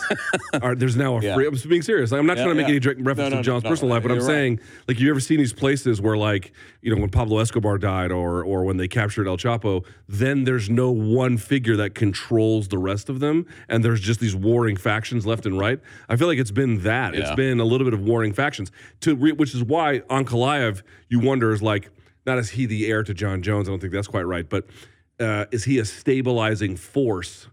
are. There's now a free. I'm being serious. I'm not
Yeah,
trying to make
yeah.
any direct
No,
reference
no, no,
to John's
no.
personal life, but I'm
You're right.
saying like you ever seen these places where like you know when Pablo Escobar died or or when they captured El Chapo, then there's no one figure that controls the rest of them, and there's just these warring factions left and right. I feel like it's been that. It's
Yeah.
been a little bit of warring factions to re, which is why Ankalaev you wonder is like not is he the heir to John Jones? I don't think that's quite right, but uh, is he a stabilizing force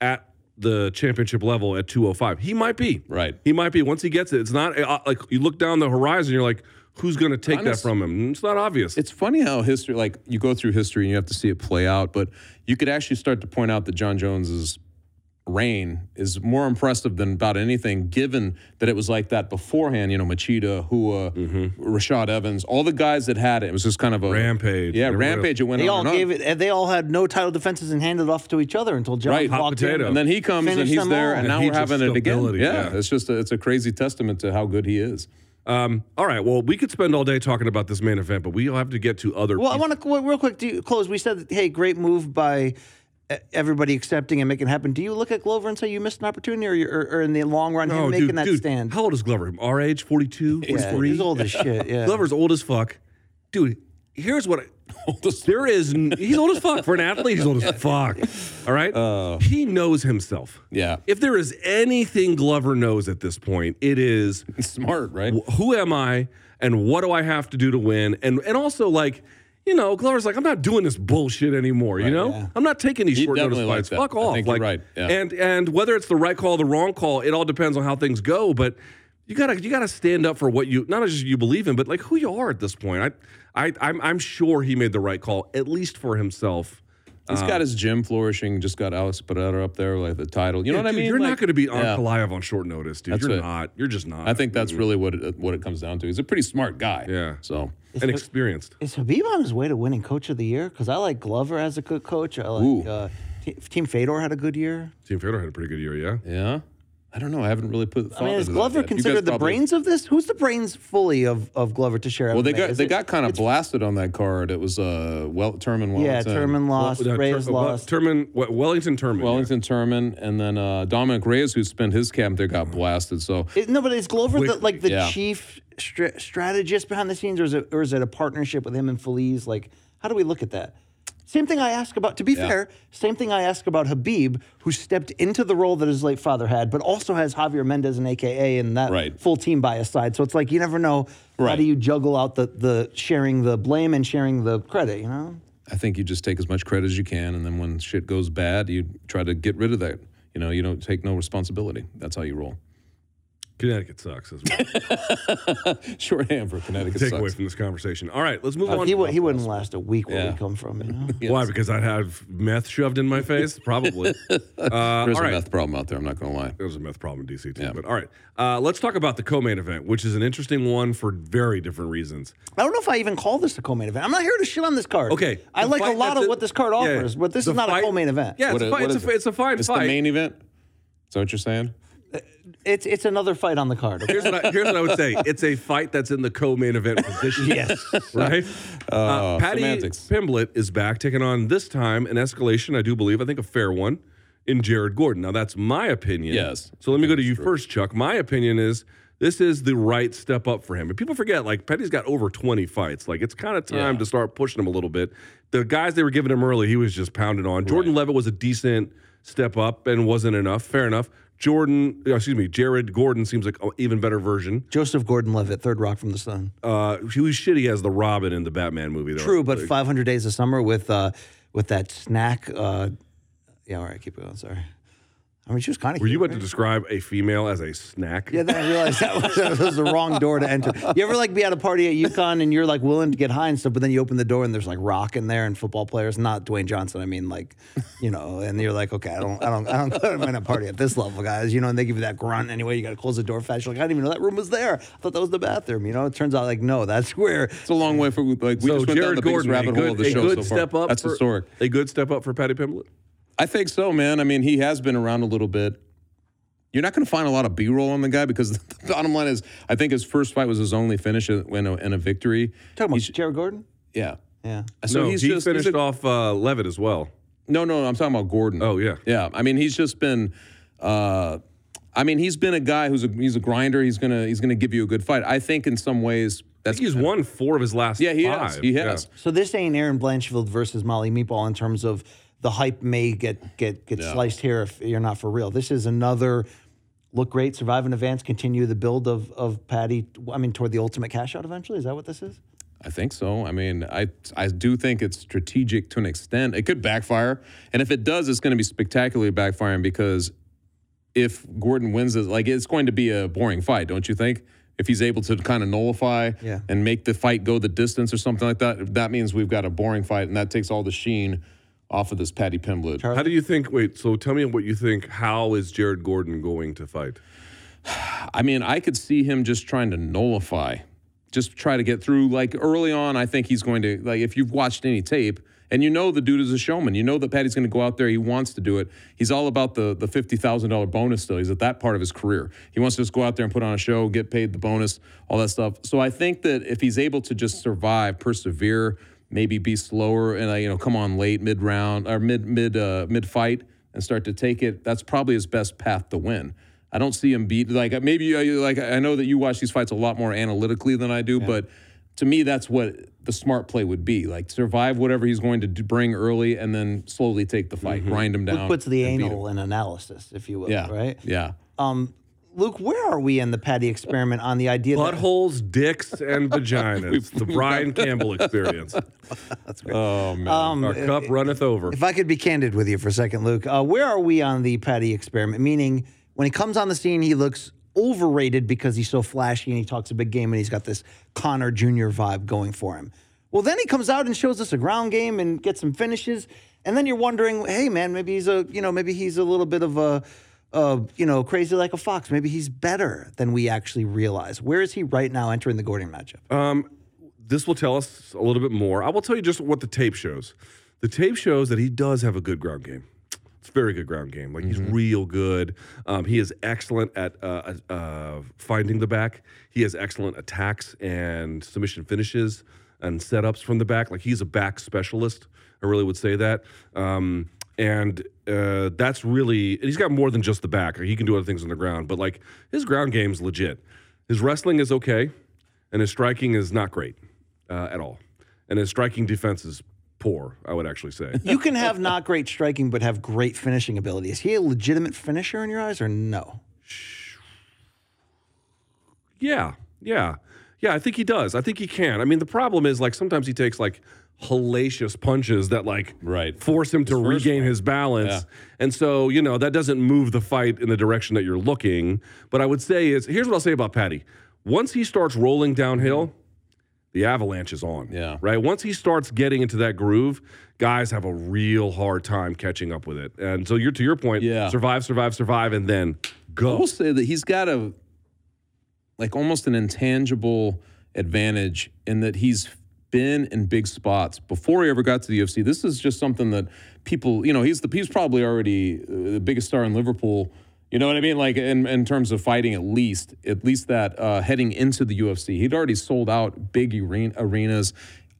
at the championship level at 205. He might be.
Right.
He might be. Once he gets it, it's not uh, like you look down the horizon, you're like, who's going to take that
Honest-
from him? It's not obvious.
It's funny how history, like you go through history and you have to see it play out, but you could actually start to point out that John Jones's reign is more impressive than about anything, given that it was like that beforehand. You know, Machida, Hua, Rashad Evans, all the guys that had it. It was just kind of a
Mm-hmm. Rampage.
Yeah,
Everyone else.
rampage. It went
They
on
all
and on.
gave it. and They all had no title defenses and handed it off to each other until John
Right, hot
walked
potato.
in.
and then he comes and
Finish
he's
them
there,
all.
and
And
now
he
we're
just
having it again.
stability,
Yeah,
yeah.
it's just a, it's a crazy testament to how good he is.
um, all right. Well, we could spend all day talking about this main event, but we'll have to get to other.
Well, I
pieces.
want to real quick. Do you, close. We said, hey, great move by uh, everybody accepting and making it happen. Do you look at Glover and say you missed an opportunity, or, you- or, or in the long run, him
Oh,
making
dude,
that
dude,
stand?
How old is Glover? Our age, 42,
yeah,
43?
he's old as shit. Yeah.
Glover's old as fuck. Dude, here's what I, there is n- he's old as fuck. For an athlete, he's old as fuck. All right?
Oh.
he knows himself.
Yeah.
If there is anything Glover knows at this point, it is
Smart, right?
wh- who am I and what do I have to do to win? And and also like you know, Glover's like, I'm not doing this bullshit anymore. You know, I'm not taking these
He
short notice
definitely likes
fights.
that.
Fuck
I
off.
think you're
like,
right, yeah.
and and whether it's the right call, or the wrong call, it all depends on how things go. But you gotta you gotta stand up for what you not just you believe in, but like who you are at this point. I I I'm, I'm sure he made the right call at least for himself.
He's
Um,
got his gym flourishing. Just got Alex Pereira up there, like the title. You know what
Dude,
I mean?
You're not
Like-
going to be on
Yeah.
Kalayev on short notice, dude.
That's
you're
it.
not. You're just not.
I think that's really what it, what it comes down to. He's a pretty smart guy.
Yeah.
So
and experienced.
Is Habib on his way to winning Coach of the Year? Because I like Glover as a good coach. I
Ooh.
like uh, Te- Team Fedor had a good year.
Team Fedor had a pretty good year, yeah.
yeah, I don't know. I haven't really put. Thought
I mean, is
into that
Glover
yet. You guys
considered the
probably-
brains of this? Who's the brains fully of, of Glover to share?
Well, they got they got kind of blasted on that card. It was uh, well, Terman Wellington.
yeah. Terman lost.
Well, uh,
Reyes
Tur- uh, Wel-
lost.
Turman, Wel- Wellington Turman. yeah.
Wellington Terman, and then uh, Dominic Reyes, who spent his camp there, got blasted. So
Is- no, but is Glover the, like the
yeah.
chief stra- strategist behind the scenes, or is it or is it a partnership with him and Feliz? Like, how do we look at that? Same thing I ask about. To be fair, same thing I ask about Habib, who stepped into the role that his late father had, but also has Javier Mendez and AKA and that
Right.
full team by his side. So it's like you never know how
Right.
do you juggle out the the sharing the blame and sharing the credit. You know,
I think you just take as much credit as you can, and then when shit goes bad, you try to get rid of that. You know, you don't take no responsibility. That's how you roll.
Connecticut sucks as well.
Shorthand for Connecticut
Take
sucks.
away from this conversation. All right, let's move on.
Uh, he would he wouldn't last a week where
Yeah.
we come from. You know.
Why? Because I'd have meth shoved in my face? Probably. uh, all
There's a
right.
meth problem out there. I'm not going to lie.
There's a meth problem in DC too. But all right, uh, let's talk about the co-main event, which is an interesting one for very different reasons.
I don't know if I even call this a co-main event. I'm not here to shit on this card.
Okay,
I
the
like
fight-
a lot
that's
of what this card
yeah,
offers, but this
the
is not
fight-
a co-main event.
Yeah, it's,
What-
a, fi-
what
it's,
is
a,
it?
it's a fine
It's
fight.
the main event. Is that what you're saying?
it's it's another fight on the card. okay?
Here's what, I, here's what I would say. It's a fight that's in the co-main event position. yes. Right? Uh, Patty
Oh, semantics.
Pimblett is back, taking on this time an escalation, I do believe, I think a fair one, in Jared Gordon. Now, that's my opinion.
Yes.
So let me go to you first, Chuck. My opinion is this is the right step up for him. And people forget, like, Petty's got over 20 fights. Like, it's kind of time to start pushing him a little bit. The guys they were giving him early, he was just pounding on. Jordan Levitt was a decent step up and wasn't enough. Fair enough. Jordan, uh, excuse me, Jared Gordon seems like an even better version.
Joseph Gordon-Levitt, Third Rock from the Sun.
Uh, he was shitty as the Robin in the Batman movie, though.
Oh, True, but 500 Days of Summer with uh with that snack. Uh, yeah, all right, keep going. Sorry. I mean, she was kind of.
Were you about to describe a female as a snack?
Yeah, then I realized that was, that was the wrong door to enter. You ever like be at a party at UConn and you're like willing to get high and stuff, but then you open the door and there's like rock in there and football players, not Dwayne Johnson. I mean, like, you know, and you're like, okay, I don't, I don't, I don't go to a party at this level, guys. You know, and they give you that grunt anyway. You got to close the door fast. You're like, I didn't even know that room was there. I thought that was the bathroom. You know, it turns out like no, that's where
It's a long way for like we
so
just went down
Jared
the
Gordon,
biggest
a
rabbit
good,
hole of the
a
show
good
so far.
step up.
That's
for,
historic.
A good step up for Patty Pimblett.
I think so, man. I mean, he has been around a little bit. You're not going to find a lot of B-roll on the guy because the bottom line is, I think his first fight was his only finish in in a, in a victory.
talking about Jared Gordon.
Yeah.
Yeah,
So
no,
he's
he
just he's
finished
a-
off uh, Levitt as well.
No, no, I'm talking about Gordon.
Oh, yeah.
Yeah, I mean, he's just been. Uh, I mean, he's been a guy who's a he's a grinder. He's gonna he's gonna give you a good fight. I think in some ways that's
He's won four of his last
yeah he
five.
has he has.
So this ain't Aaron Blanchfield versus Molly Meatball in terms of the hype may get get get sliced here if you're not for real. This is another look great, survive in advance, continue the build of of Patty. I mean, toward the ultimate cash out eventually. Is that what this is?
I think so. I mean, I I do think it's strategic to an extent. It could backfire, and if it does, it's going to be spectacularly backfiring because if Gordon wins it, like it's going to be a boring fight, don't you think? If he's able to kind of nullify
Yeah.
and make the fight go the distance or something like that, that means we've got a boring fight, and that takes all the sheen off of this Patty Pimblett.
How do you think? Wait, so tell me what you think. How is Jared Gordon going to fight?
I mean, I could see him just trying to nullify, just try to get through. Like early on, I think he's going to like if you've watched any tape and you know the dude is a showman, you know that Patty's going to go out there. He wants to do it. He's all about the the fifty thousand dollar bonus. Still, he's at that part of his career. He wants to just go out there and put on a show, get paid the bonus, all that stuff. So I think that if he's able to just survive, persevere, maybe be slower, and uh, you know come on late mid round or mid mid uh, mid fight and start to take it, that's probably his best path to win. I don't see him beat like maybe uh, you- like I know that you watch these fights a lot more analytically than I do, but to me that's what the smart play would be like survive whatever he's going to d- bring early and then slowly take the fight, grind him down.
Luke Mm-hmm. puts the
and beat
anal in analysis, if you will,
him. yeah,
right?
Yeah,
Um, Luke, where are we in the Patty experiment on the idea that
Buttholes, dicks, and vaginas. the Brian Campbell experience. Oh man, our cup runneth over.
Um, uh, If I could be candid with you for a second, Luke, uh, where are we on the Patty experiment? Meaning, when he comes on the scene, he looks overrated because he's so flashy and he talks a big game and he's got this Connor Jr. vibe going for him. Well, then he comes out and shows us a ground game and gets some finishes, and then you're wondering, hey man, maybe he's a you know maybe he's a little bit of a uh, you know crazy like a fox. Maybe he's better than we actually realize. Where is he right now entering the Gordon matchup?
this will tell us a little bit more. I will tell you just what the tape shows. The tape shows that he does have a good ground game. It's a very good ground game. Like he's real good. Um, he is excellent at uh, uh, finding the back. He has excellent attacks and submission finishes and setups from the back. Like he's a back specialist. I really would say that. Um, and uh, that's really and he's got more than just the back. He can do other things on the ground, but like his ground game's legit. His wrestling is okay, and his striking is not great uh, at all. And his striking defense is poor. I would actually say.
you can have not great striking but have great finishing ability. Is he a legitimate finisher in your eyes or no?
Yeah, yeah, yeah. I think he does. I think he can. I mean, the problem is like sometimes he takes like hellacious punches that like
Right.
force him to regain his balance, and so you know that doesn't move the fight in the direction that you're looking. But I would say is here's what I'll say about Patty. Once he starts rolling downhill. The avalanche is on.
Yeah.
Right. Once he starts getting into that groove, guys have a real hard time catching up with it. And so you're to your point.
Yeah.
Survive, survive, survive, and then
I
go.
will say that he's got a like almost an intangible advantage in that he's been in big spots before he ever got to the UFC. This is just something that people, you know, he's the he's probably already uh, the biggest star in Liverpool. You know what I mean? Like in, in terms of fighting, at least at least that uh, heading into the UFC, he'd already sold out big arena, arenas.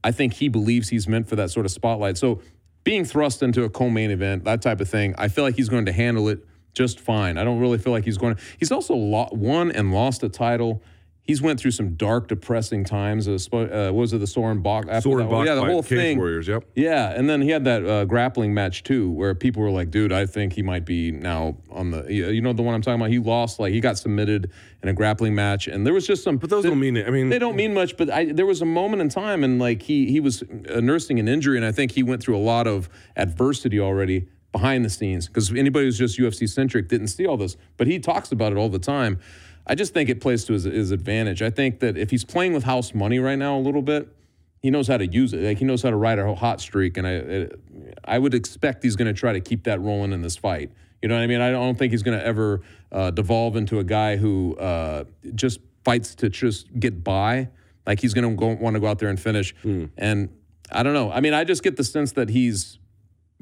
I think he believes he's meant for that sort of spotlight. So being thrust into a co-main event, that type of thing, I feel like he's going to handle it just fine. I don't really feel like he's going. to He's also lo- won and lost a title. He's went through some dark, depressing times. Uh, spo- uh, what was it the Soren Bach? after
Soren
that one?
Bach
yeah, the
fight,
whole
Cage
thing.
Warriors, yep.
Yeah, and then he had that uh, grappling match too, where people were like, "Dude, I think he might be now on the." You you know the one I'm talking about. He lost, like he got submitted in a grappling match, and there was just some.
But those don't mean it. I mean,
They don't mean much, but I, there was a moment in time, and like he he was uh, nursing an injury, and I think he went through a lot of adversity already behind the scenes because anybody who's just UFC centric didn't see all this, but he talks about it all the time. I just think it plays to his, his advantage. I think that if he's playing with house money right now a little bit, he knows how to use it. Like he knows how to ride a hot streak, and I it, I would expect he's going to try to keep that rolling in this fight. You know what I mean? I don't think he's going to ever uh, devolve into a guy who uh, just fights to just get by. Like he's going to go, want to go out there and finish. And I don't know. I mean, I just get the sense that he's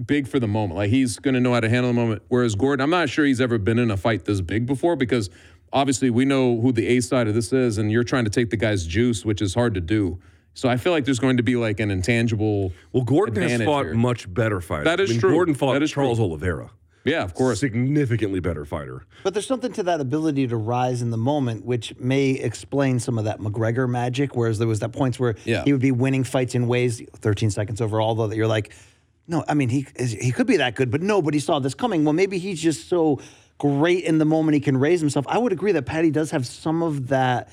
big for the moment. Like he's going to know how to handle the moment. Whereas Gordon, I'm not sure he's ever been in a fight this big before because obviously we know who the A side of this is, and you're trying to take the guy's juice, which is hard to do. So I feel like there's going to be like an intangible.
Well, Gordon has
advantage
fought
here.
much better fighters.
That is
I mean,
true.
Gordon fought
That is
Charles
true.
Oliveira.
Yeah, of course.
Significantly better fighter.
But there's something to that ability to rise in the moment, which may explain some of that McGregor magic. Whereas there was that points where
Yeah.
he would be winning fights in ways 13 seconds overall, though that you're like, no, I mean he is, he could be that good, but nobody saw this coming. Well, maybe he's just so great in the moment he can raise himself. I would agree that Patty does have some of that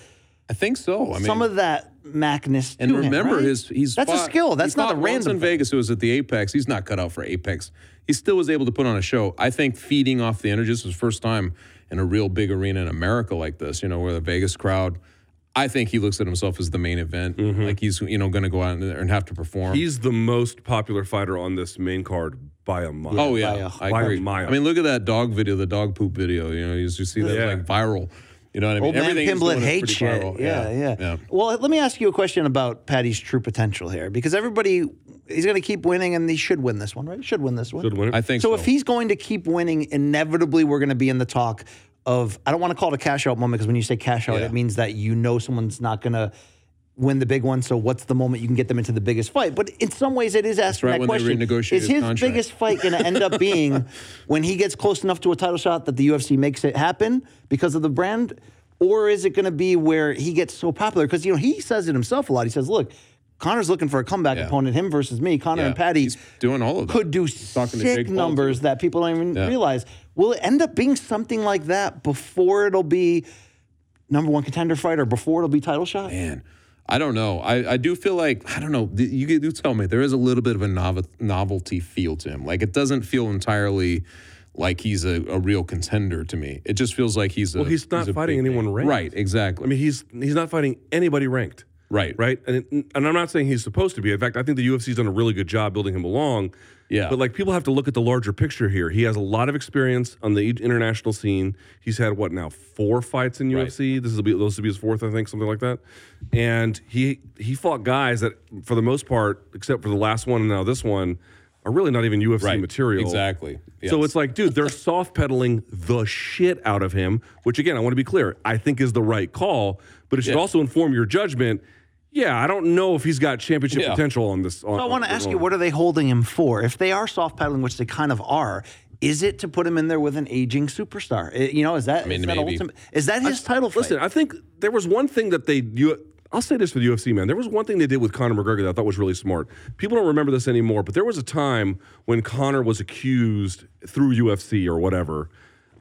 I think so. I mean,
some of that macness.
and
to him,
remember
right?
his he's
that's a
fought-
skill.
he
That's not a
fought once
random
in
thing.
Vegas. It was at the Apex. He's not cut out for Apex. He still was able to put on a show. I think feeding off the energy. This was his first time in a real big arena in America like this. You know, where the Vegas crowd. I think he looks at himself as the main event. Like he's you know going to go out and, and have to perform.
Mm-hmm. He's the most popular fighter on this main card by a mile.
Oh yeah,
by
I
a,
agree.
mile.
I mean, look at that dog video, the dog poop video. You know, you just- you see that
Yeah.
like viral. You know what I mean?
Old man
Everything he's
Pimblett
doing is
hates
pretty
shit.
viral.
Yeah, yeah,
yeah.
Well, let me ask you a question about Patty's true potential here, because everybody he's going to keep winning, and he should win this one, right? Should win this one.
Should win it.
I think so.
so, if he's going to keep winning, inevitably we're going to be in the talk of I don't want to call it a cash out moment because when you say cash out,
Yeah.
it means that you know someone's not going to win the big one. So what's the moment you can get them into the biggest fight? But in some ways, it is asking
right,
that
when they
question:
renegotiate
Is
his
his
contract.
biggest fight going to end up being when he gets close enough to a title shot that the UFC makes it happen because of the brand? Or is it going to be where he gets so popular? Because, you know, he says it himself a lot. He says, look, Connor's looking for a comeback
Yeah.
opponent, him versus me. Connor
Yeah.
and Patty
He's doing all of that.
could do
He's talking to Jake
sick
Paul,
numbers
too.
that people don't even
Yeah.
realize. Will it end up being something like that before it'll be number one contender fight or before it'll be title shot?
Man, I don't know. I, I do feel like I don't know. th- You could- you tell me there is a little bit of a novel, novelty feel to him. Like it doesn't feel entirely like he's a, a real contender to me. It just feels like he's a
well, he's not
a
fighting
big
anyone
name.
ranked.
Right, exactly.
I mean, he's he's not fighting anybody ranked.
Right.
Right. And and I'm not saying he's supposed to be. In fact, I think the UFC's done a really good job building him along.
Yeah.
But like people have to look at the larger picture here. He has a lot of experience on the international scene. He's had what now four fights in
Right.
UFC. This will be those will be his fourth, I think, something like that. And he he fought guys that for the most part, except for the last one and now this one, are really not even UFC
Right.
material.
Exactly.
So
Yes.
it's like, dude, they're soft pedaling the shit out of him, which again, I want to be clear, I think is the right call, but it should
Yeah.
also inform your judgment. Yeah, I don't know if he's got championship
Yeah.
potential on this. On,
So I want to
on-
ask you, what are they holding him for? If they are soft pedaling, which they kind of are, is it to put him in there with an aging superstar? I- you know, is that,
mean,
is, that
maybe.
ultimate, is that his title fight?
Listen, I think there was one thing that they you. I'll say this for the UFC, man. There was one thing they did with Conor McGregor that I thought was really smart. People don't remember this anymore, but there was a time when Conor was accused through UFC or whatever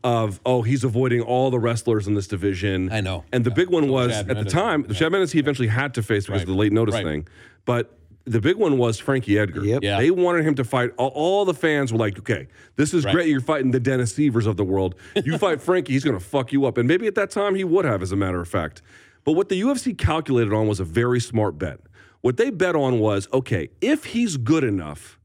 of, oh, he's avoiding all the wrestlers in this division.
I know.
And the
Yeah.
big one was
Chad
at the
Mendes.
time, the Chad Mendes he eventually had to face because of the late notice
Right.
thing. But the big one was Frankie Edgar.
Yep.
Yeah.
They wanted him to fight. All, all the fans were like, okay, this is great. You're fighting the Dennis Severs of the world. You fight Frankie, he's going to fuck you up. And maybe at that time he would have, as a matter of fact. But what the UFC calculated on was a very smart bet. What they bet on was okay, if he's good enough,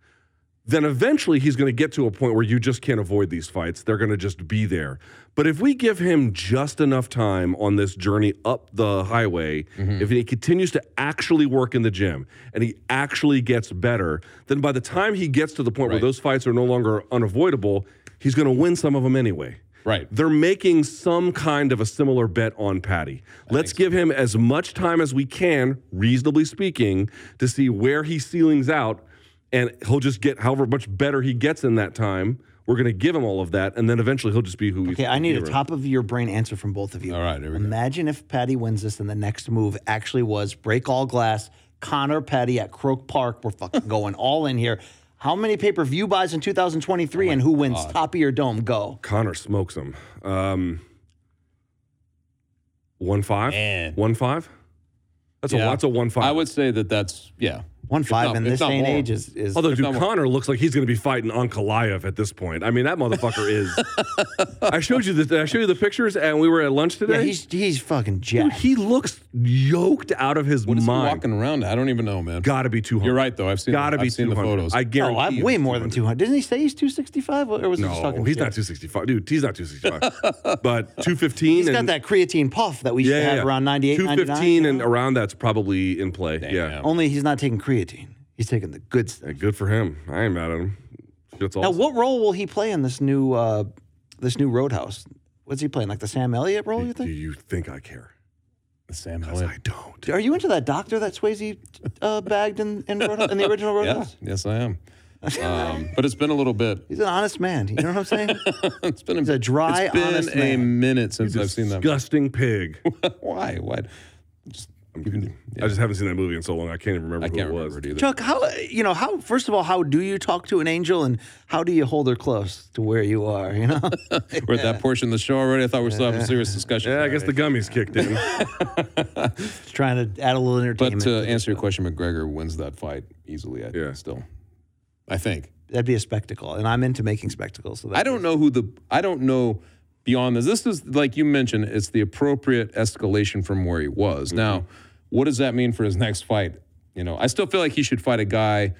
then eventually he's going to get to a point where you just can't avoid these fights. They're going to just be there. But if we give him just enough time on this journey up the highway,
Mm-hmm.
if he continues to actually work in the gym and he actually gets better, then by the time he gets to the point where
Right.
those fights are no longer unavoidable, he's going to win some of them anyway.
Right.
They're making some kind of a similar bet on Patty. Let's give him as much time as we can, reasonably speaking, to see where he ceilings out, and he'll just get however much better he gets in that time. We're going to give him all of that, and then eventually he'll just be who he's.
Okay, I need a
he is.
top of your brain answer from both of you.
All right, here we go.
Imagine if Patty wins this and the next move actually was break all glass, Connor Patty at Croke Park. We're fucking going all in here. How many pay per view buys in 2023 and who wins? Top of your dome, go.
Connor smokes him. Um, one five.
Man.
One five. That's a
Yeah.
that's a one five.
I would say that that's yeah.
One five
not-
in
it's
this
not
day and
more.
age is, is
Although,
not
dude,
more.
Connor looks like he's going to be fighting Ankalaev at this point. I mean, that motherfucker is. I showed you the I showed you the pictures, and we were at lunch today.
yeah, he's he's fucking
dude,
jacked.
he looks yoked out of his
What is he
mind.
walking around? I don't even know, man.
Got to be two hundred.
You're right though. I've seen.
Got to be
I've seen
two
the
hundred.
photos.
I
oh,
guarantee.
I'm way more than 200. Didn't he say he's 265? Or was he just talking
No, he's
shit?
not two sixty five, dude. He's not two sixty five, but two fifteen.
He's got that creatine puff that we should have around 98, 99,
215
you
and
know?
around that's probably in play. yeah. Oh,
Only he's not taking creatine. He's taking the good stuff.
Yeah, Good for him. I ain't mad at him. That's all.
Now, what role will he play in this new uh, this new Roadhouse? What's he playing? Like the Sam Elliott role? You
do
think?
you think I care?
Sam
I
Elliott.
don't.
Are you into that doctor that Swayze uh, bagged in in, Roadhouse, in the original
Yeah.
Roadhouse?
Yes, I am. Um, but it's been a little bit.
He's an honest man. You know what I'm saying?
It's been a,
a dry,
it's been
honest
a
man.
minute since I've seen that.
Disgusting pig.
Why? Why? Just
I'm kidding. I just haven't seen that movie in so long. I can't even remember
I
who
can't
it was.
remember it either.
Chuck, how you know how? First of all, how do you talk to an angel, and how do you hold her close to where you are? You know,
We're at that portion of the show already. I thought we were still having serious discussion.
Yeah, I guess the gummies kicked in.
Just trying to add a little entertainment.
But
uh,
to answer your question, McGregor wins that fight easily. I think,
Yeah.
still, I think.
That'd be a spectacle, and I'm into making spectacles. So that,
I don't know who the I don't know beyond this. This is like you mentioned, it's the appropriate escalation from where he was.
Mm-hmm.
Now, what does that mean for his next fight? You know, I still feel like he should fight a guy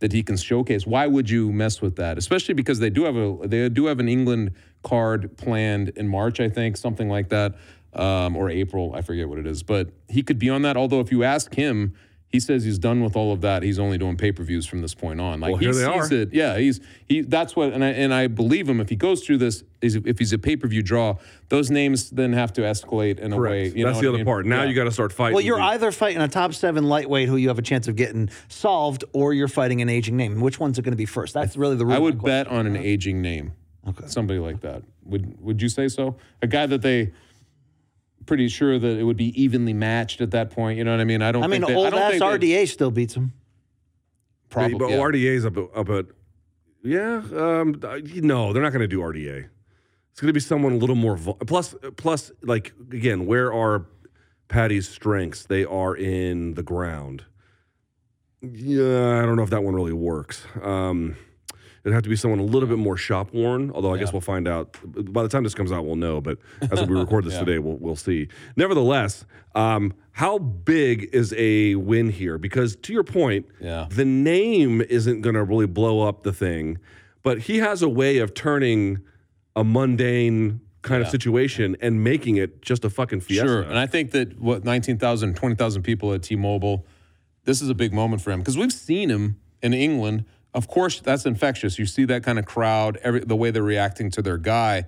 that he can showcase. Why would you mess with that? Especially because they do have a they do have an England card planned in March, I think, something like that. Um, or April, I forget what it is, but he could be on that. Although, if you ask him, he says he's done with all of that. He's only doing pay per views from this point on. Like
Well,
he
here they
sees
are.
it it. Yeah, he's he. That's what, and I and I believe him. If he goes through this, is if he's a pay per view draw, those names then have to escalate in a way.
Correct.
you know
That's
what
the
I
other
mean?
part. Now
Yeah.
you got to start fighting.
Well, you're
the-
either fighting a top seven lightweight who you have a chance of getting solved, or you're fighting an aging name. Which one's it going to be first? That's really the. Root
I
of my
would
question. Uh-huh.
bet on an aging name. Okay. Somebody like that. Would Would you say so? A guy that they. Pretty sure that it would be evenly matched at that point. You know what I mean? I don't.
I mean,
think they, I
old
don't
ass
think they-
RDA still beats him.
Probably.
but
yeah.
RDA's up, up at. Yeah, um, I- no, they're not going to do RDA. It's going to be someone a little more. Vul- plus, plus, like again, where are Patty's strengths? They are in the ground. Yeah, I don't know if that one really works. Um, it'd have to be someone a little bit more shop worn. Although I guess we'll find out by the time this comes out, we'll know. But as we record this today, we'll we'll see. Nevertheless, um, how big is a win here? Because to your point,
Yeah.
the name isn't going to really blow up the thing, but he has a way of turning a mundane kind of situation and making it just a fucking fiesta.
Sure. And I think that what 19,000, 20,000 people at T Mobile, this is a big moment for him because we've seen him in England. Of course, that's infectious. You see that kind of crowd, every, the way they're reacting to their guy.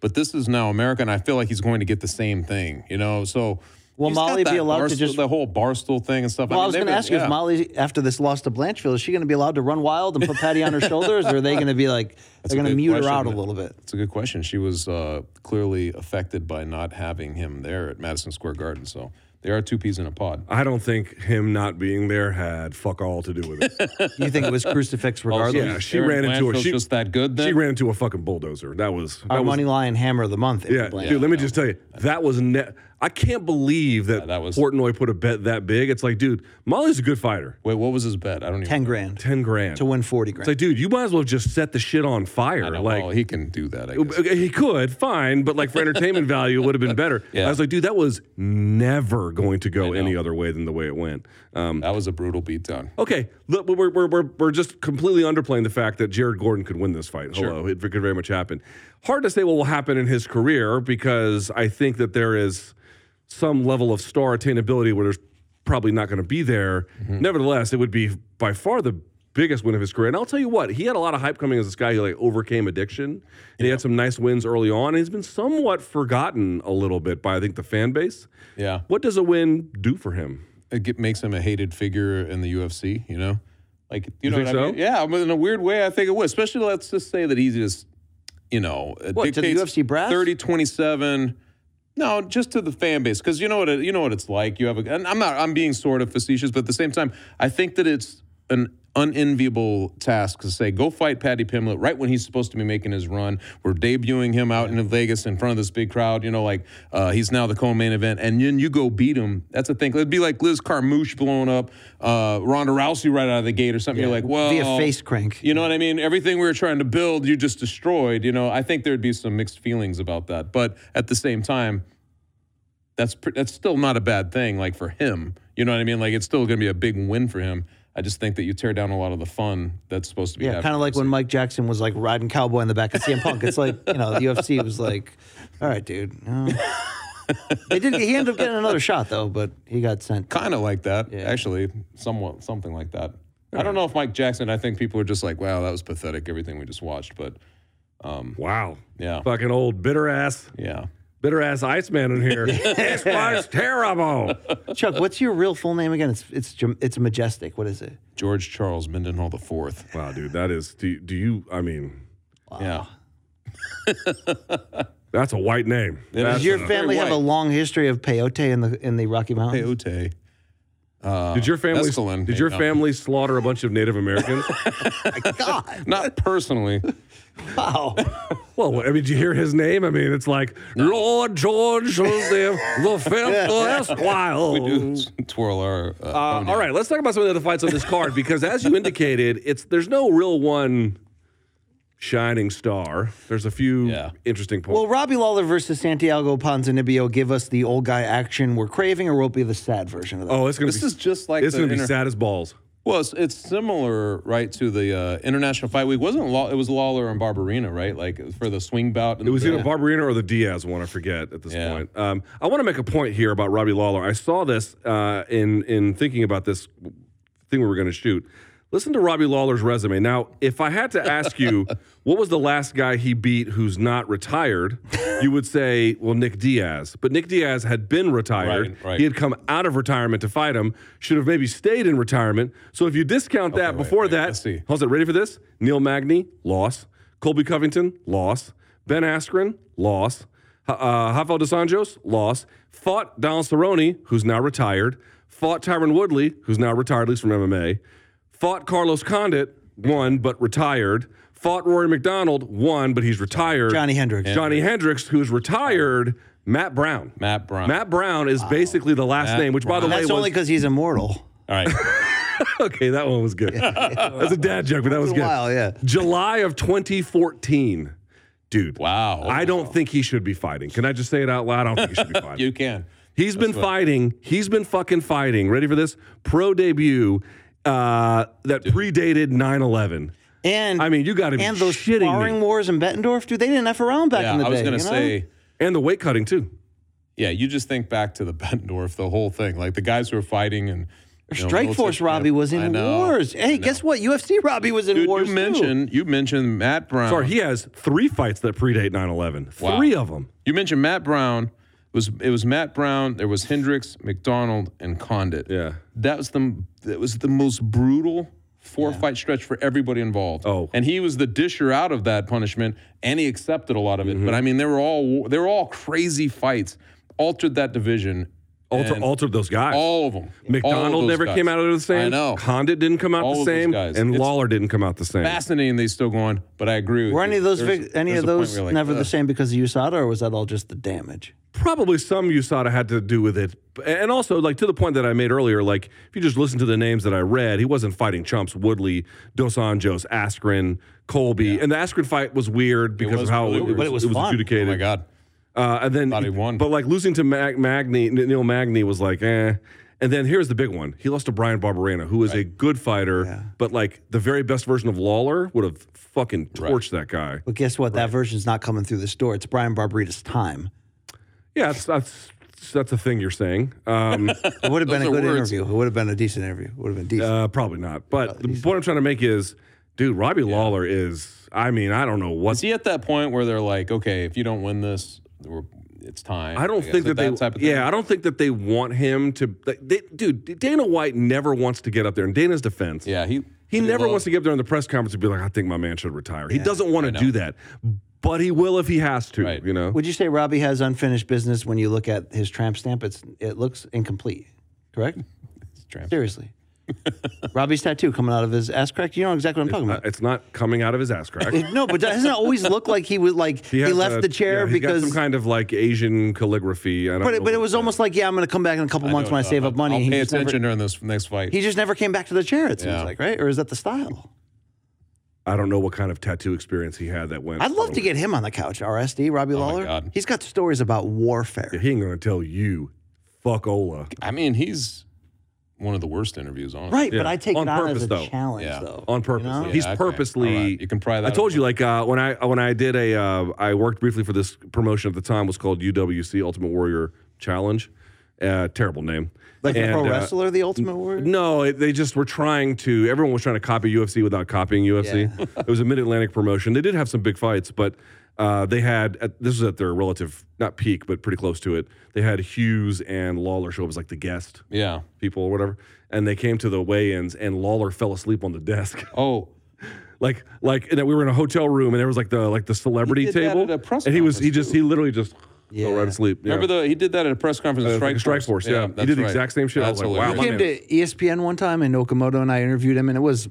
But this is now America, and I feel like he's going to get the same thing, you know? So.
Will
he's got
Molly be
that
allowed to
Barstool-
just-
The whole Barstool thing and stuff.
Well, I, was going
mean,
to
they've
ask
been-
you,
yeah.
is Molly after this loss to Blanchfield, is she going to be allowed to run wild and put Patty on her shoulders, or are they going to be like they're
a
going to
good
mute her
question.
out a little bit?
It's a good question. She was uh, clearly affected by not having him there at Madison Square Garden. So they are two peas in a pod.
I don't think him not being there had fuck all to do with it.
You think it was crucifix regardless?
yeah, she
Aaron
ran into a
Blanchfield's
she,
just that good then?
She ran into a fucking bulldozer. That was that
Our
was
money lion hammer of the month. if you
yeah,
blame
dude.
her.
Let me just tell you, that was ne- I can't believe that,
that was-
Portnoy put a bet that big. It's like, dude, Molly's a good fighter.
Wait, what was his bet? I don't even
ten grand
Ten grand
to win forty
It's
grand.
like, dude, you might as well have just set the shit on fire.
I know.
like,
well, Oh, he can do that. I guess.
Okay, He could, fine, but like for entertainment value, it would have been better.
Yeah.
I was like, dude, that was never going to go any other way than the way it went. Um,
That was a brutal beatdown.
okay, look, we're, we're, we're, we're just completely underplaying the fact that Jared Gordon could win this fight. Hello, it could very much happen. Hard to say what will happen in his career because I think that there is some level of star attainability where there's probably not going to be there. Nevertheless, it would be by far the biggest win of his career. And I'll tell you what, he had a lot of hype coming as this guy who like overcame addiction. And he had some nice wins early on. And he's been somewhat forgotten a little bit by I think the fan base.
Yeah.
What does a win do for him?
It get, makes him a hated figure in the UFC, you know? Like, you, know
think
what I mean?
so?
Yeah, but in a weird way, I think it would. Especially, let's just say that he just, you know, uh,
What, to the
dictates
UFC brass?
30 27. No, just to the fan base, because you know what it, you know what it's like. You have a, and I'm not, I'm being sort of facetious, but at the same time, I think that it's an unenviable task to say, go fight Paddy Pimlet right when he's supposed to be making his run. We're debuting him out in Vegas in front of this big crowd. You know, like uh, he's now the co-main event, and then you go beat him. That's the thing. It'd be like Liz Carmouche blowing up uh, Ronda Rousey right out of the gate or something. You're like, well,
Via face crank.
you know what I mean? Everything we were trying to build, you just destroyed. You know, I think there'd be some mixed feelings about that, but at the same time, that's pr- that's still not a bad thing. Like for him, you know what I mean? Like it's still going to be a big win for him. I just think that you tear down a lot of the fun that's supposed to be.
Yeah, kind of like when Mike Jackson was like riding cowboy in the back of CM Punk. It's like you know the UFC was like, all right, dude. no." they did. He ended up getting another shot though, but he got sent.
kind of like that, actually, somewhat something like that. I don't know if Mike Jackson. I think people are just like, wow, that was pathetic. Everything we just watched, but
Wow.
Yeah.
Fucking old bitter ass
yeah,
bitter ass Iceman in here. this was terrible.
Chuck, what's your real full name again? It's it's Jam- it's majestic. What is it?
George Charles Mendenhall the Fourth.
Wow, dude, that is. Do, do you? I mean,
Yeah,
That's a white name. That's
Does your
a-
family have a long history of peyote in the in the Rocky Mountains?
Peyote.
did your family
that's the one.
did your
Yeah.
family slaughter a bunch of Native Americans?
God,
Not personally.
wow.
well, I mean, did you hear his name? I mean, it's like Lord George Joseph the Fifth Esquire.
We do twirl our. Uh,
Uh, all right, let's talk about some of the other fights on this card because, as you indicated, it's there's no real one shining star. There's a few
Yeah.
interesting points.
Will Robbie Lawler versus Santiago Ponzinibbio give us the old guy action we're craving, or will it be the sad version of that?
oh, it's gonna
This
be,
is just like
it's
the
gonna be
inter-
sad as balls.
Well, it's, it's similar, right, to the uh, International Fight Week. Wasn't Law, it was Lawler and Barbarina, right? Like for the swing bout.
It was either Barbarina or the Diaz one. I forget at this
Yeah.
point. Um, I want to make a point here about Robbie Lawler. I saw this uh, in in thinking about this thing we were going to shoot. Listen to Robbie Lawler's resume. Now, if I had to ask you what was the last guy he beat who's not retired, you would say, well, Nick Diaz. But Nick Diaz had been retired.
Right, right.
He had come out of retirement to fight him, should have maybe stayed in retirement. So if you discount that
wait,
before
wait,
that,
let's see.
How's it ready for this? Neil Magny, loss. Colby Covington, loss. Ben Askren, loss. Ha- Uh, Rafael Dos Anjos, loss. Fought Donald Cerrone, who's now retired. Fought Tyron Woodley, who's now retired, at least from MMA. Fought Carlos Condit, won, but retired. Fought Rory McDonald, won, but he's retired.
Johnny Hendricks.
Johnny Hendricks, who's retired. Matt Brown.
Matt Brown.
Matt Brown is basically the last
Matt
name, which, by the
Brown.
way,
That's
was,
only because he's immortal.
All right.
Okay, that one was good. That's a dad joke, but that was
in a
good.
while, yeah.
July of 2014. Dude.
Wow. oh
I don't think he should be fighting. Can I just say it out loud? I don't think he should be
You
fighting.
can.
He's been fighting. He's been fucking fighting. Ready for this? Pro debut uh, that predated 9 11.
And
I mean, you gotta be
and those
shitting me.
sparring wars in Bettendorf, dude, they didn't f around back
Yeah,
in the
I was
day.
going to
you know?
say.
And the weight cutting, too.
Yeah, you just think back to the Bettendorf, the whole thing, like the guys who were fighting and you know,
Strike
military-
Force Robbie was
I
in
know.
wars. Hey, guess what? UFC Robbie was in
Dude,
wars too.
you mentioned you mentioned Matt Brown.
Sorry, he has three fights that predate 9 11.
Uh-huh. Wow.
Three of them.
you mentioned Matt Brown. It was it was Matt Brown? There was Hendricks, McDonald, and Condit.
Yeah.
that was the that was the most brutal four fight stretch for everybody involved.
Oh.
and he was the disher out of that punishment, and he accepted a lot of it.
Mm-hmm.
But I mean, they were all they were all crazy fights, altered that division.
Alter,
and
altered those guys.
All of them.
McDonald never came out of the same.
I know.
Condit didn't come out
All
the
of those
same.
guys.
And
It's
Lawler didn't come out the same.
fascinating they still going, but I agree with
Were
you.
any of those
There's-
vic- any
there's
of
a point
those
where like,
never
"Ugh."
the same because of USADA, or was that all just the damage?
Probably some USADA had to do with it. And also, like, to the point that I made earlier, like, if you just listen to the names that I read, he wasn't fighting chumps Woodley, Dos Anjos, Askren, Colby. And the Askren fight was weird because
was
of how
really
it, was,
weird.
But it was
it was
fun.
adjudicated.
Oh my god.
Uh, and then,
Thought he won.
but like losing to Mag- Magny, N- Neil Magny was like, eh. And then here's the big one. He lost to Brian Barberena, who is a good fighter, but like the very best version of Lawler would have fucking torched that guy.
But guess what? That version's not coming through this door. It's Brian Barberita's time.
Yeah, that's that's that's a thing you're saying. Um,
It would have been a
Those are
good
words.
interview. It would have been a decent interview. Would have been decent.
uh, probably not. But the point I'm trying to make is, dude, Robbie Lawler is. I mean, I don't know
Is
what.
he at that point where they're like, okay, if you don't win this, we're, it's time?
I don't
guess,
think that,
like
they.
type of thing.
yeah, I don't think that they want him to. Like, they, dude, Dana White never wants to get up there. In Dana's defense,
yeah. He
he never
well,
wants to get up there in the press conference and be like, "I think my man should retire." He doesn't want to do that, but he will if he has to.
Right.
You know.
Would you say Robbie has unfinished business when you look at his tramp stamp? It's it looks incomplete, correct?
tramp.
Seriously. Robbie's tattoo coming out of his ass crack. You know exactly what I'm talking
Uh,
about.
it's not coming out of his ass crack.
It- no, but doesn't it always look like he was like he,
has
left
a-
the chair
yeah, he's got
because
some kind of like Asian calligraphy. I don't
but
know
it, but
what
it was almost like yeah, I'm going to come back in a couple months when I save up money.
I'll
He
pay
just never-
attention during this next fight.
he just never came back to the chair. It seems
Yeah.
like right, or is that the style?
I don't know what kind of tattoo experience he had that went.
I'd love to get him on the couch. RSD,
Oh
Robbie Lawler.
God.
He's got stories about warfare.
He ain't gonna tell you, fuck Ola.
I mean, he's one of the worst interviews on.
Right, but I take
On
it on
purpose,
as a
though.
challenge
Yeah.
though.
on purpose.
know?
Yeah,
He's
okay.
purposely.
All right. You can pry that
I told
up.
you, like uh, when I when I did a, uh, I worked briefly for this promotion at the time was called UWC Ultimate Warrior Challenge. Uh, terrible name.
Like the
And,
pro
uh,
wrestler, the ultimate warrior.
No, it, they just were trying to. Everyone was trying to copy UFC without copying UFC. it was a Mid Atlantic promotion. They did have some big fights, but uh, they had at, this was at their relative not peak, but pretty close to it. They had Hughes and Lawler show up as like the guest
Yeah.
people or whatever, and they came to the weigh-ins, and Lawler fell asleep on the desk.
Oh.
Like, like and that we were in a hotel room and there was like the like the celebrity
did that
table,
at a press
and he was he
conference,
just he literally just
Yeah.
fell right asleep. Yeah.
Remember the he did that at a press conference. at
Uh,
Strike,
Strike Force, yeah. He
that's
did the
right.
exact same shit. I
That's
was like, wow,
hilarious.
my
He came to E ESPN one time, and Okamoto and I interviewed him, and it was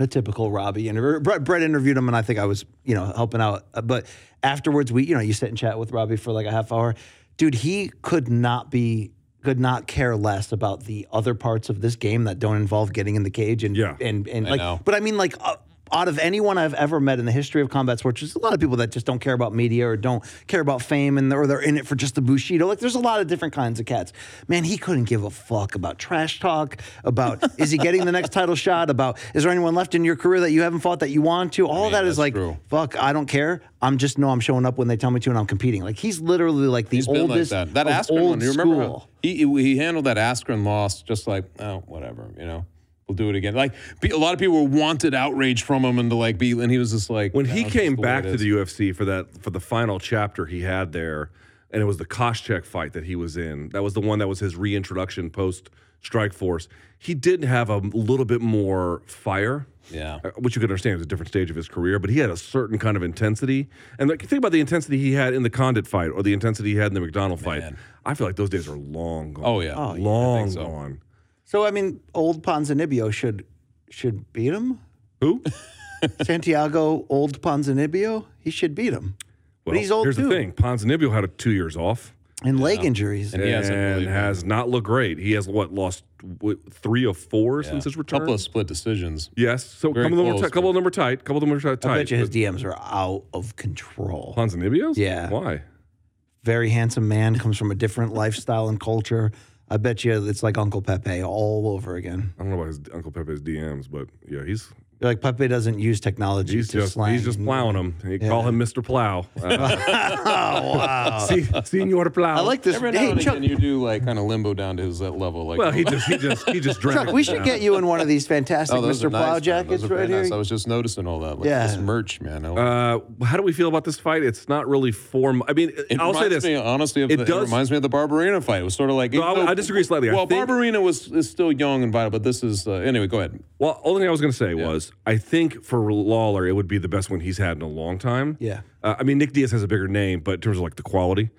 a typical Robbie interview. Brett, Brett interviewed him, and I think I was, you know, helping out. Uh, But afterwards, we, you know, you sit and chat with Robbie for like a half hour. Dude, he could not be, could not care less about the other parts of this game that don't involve getting in the cage and
Yeah.
and and like.
know.
But I mean, like. Uh, out of anyone I've ever met in the history of combat sports, there's a lot of people that just don't care about media or don't care about fame, and or they're in it for just the bushido. Like, there's a lot of different kinds of cats. Man, he couldn't give a fuck about trash talk, about is he getting the next title shot, about is there anyone left in your career that you haven't fought that you want to. All that is
that's
like,
true.
fuck, I don't care. I'm just no, I'm showing up when they tell me to, and I'm competing. Like, he's literally like the
He's been like
oldest
that. That
of
Askren
old
one, you remember?
school.
How, he he he handled that Askren loss just like oh whatever, you know. We'll do it again. Like pe- a lot of people wanted outrage from him and to like be, and he was just like
when
"No,
he
it's
came
just the way
back
it
to
is."
the UFC for that for the final chapter he had there, and it was the Koscheck fight that he was in. That was the one that was his reintroduction post Strike Force. He did have a little bit more fire.
Yeah.
uh, Which you could understand was a different stage of his career, but he had a certain kind of intensity. And like, think about the intensity he had in the Condit fight or the intensity he had in the McDonald fight. I feel like those days are long gone.
Oh, yeah. Oh, yeah, I think
long
so.
gone.
So I mean, old Ponzinibbio should should beat him.
Who?
Santiago, old Ponzinibbio, he should beat him.
Well,
but he's old
here's
too.
the thing: Ponzinibbio had a two years off.
And leg injuries.
And he hasn't
and
really
has not looked great. He has what lost what, three or four since his return.
couple of split decisions.
yes, so a
Very
couple of them were
close,
tight. Couple of them were tight. Couple of them were tight.
I bet you his DMs are out of control.
Ponzinibbio's?
Yeah.
Why?
Very handsome man, comes from a different lifestyle and culture. I bet you it's like Uncle Pepe all over again.
I don't know about his Uncle Pepe's DMs, but yeah, he's
Like Pepe doesn't use technology
he's
to
just
slang.
he's just plowing them. You call him Mister Plow. Uh,
Oh wow!
see, Senor Plow.
I like this.
Every now
Hey
and
Chuck,
again, you do like kind of limbo down to his that level. Like,
Well,
oh,
he just he just he just dragged.
Chuck, we should get you in one of these fantastic
oh, those
Mr.
are nice,
Plow
man.
jackets
Those are very
right here.
nice. I was just noticing all that. Like,
Yeah.
this merch, man. I-
Uh, how do we feel about this fight? It's not really form. I mean,
It
I'll say this.
reminds Me, honestly, of
It
the- it,
does-
reminds me of the Barbarina fight. It was sort of like.
No, I-
even though-
I disagree slightly. I
Well,
think-
Barbarina was is still young and vital, but this is uh, anyway. Go ahead.
Well, only thing I was going to say was I think for Lawler it would be the best one he's had in a long time.
Yeah.
Uh, I mean Nick Diaz has a bigger name, but in terms of like the quality.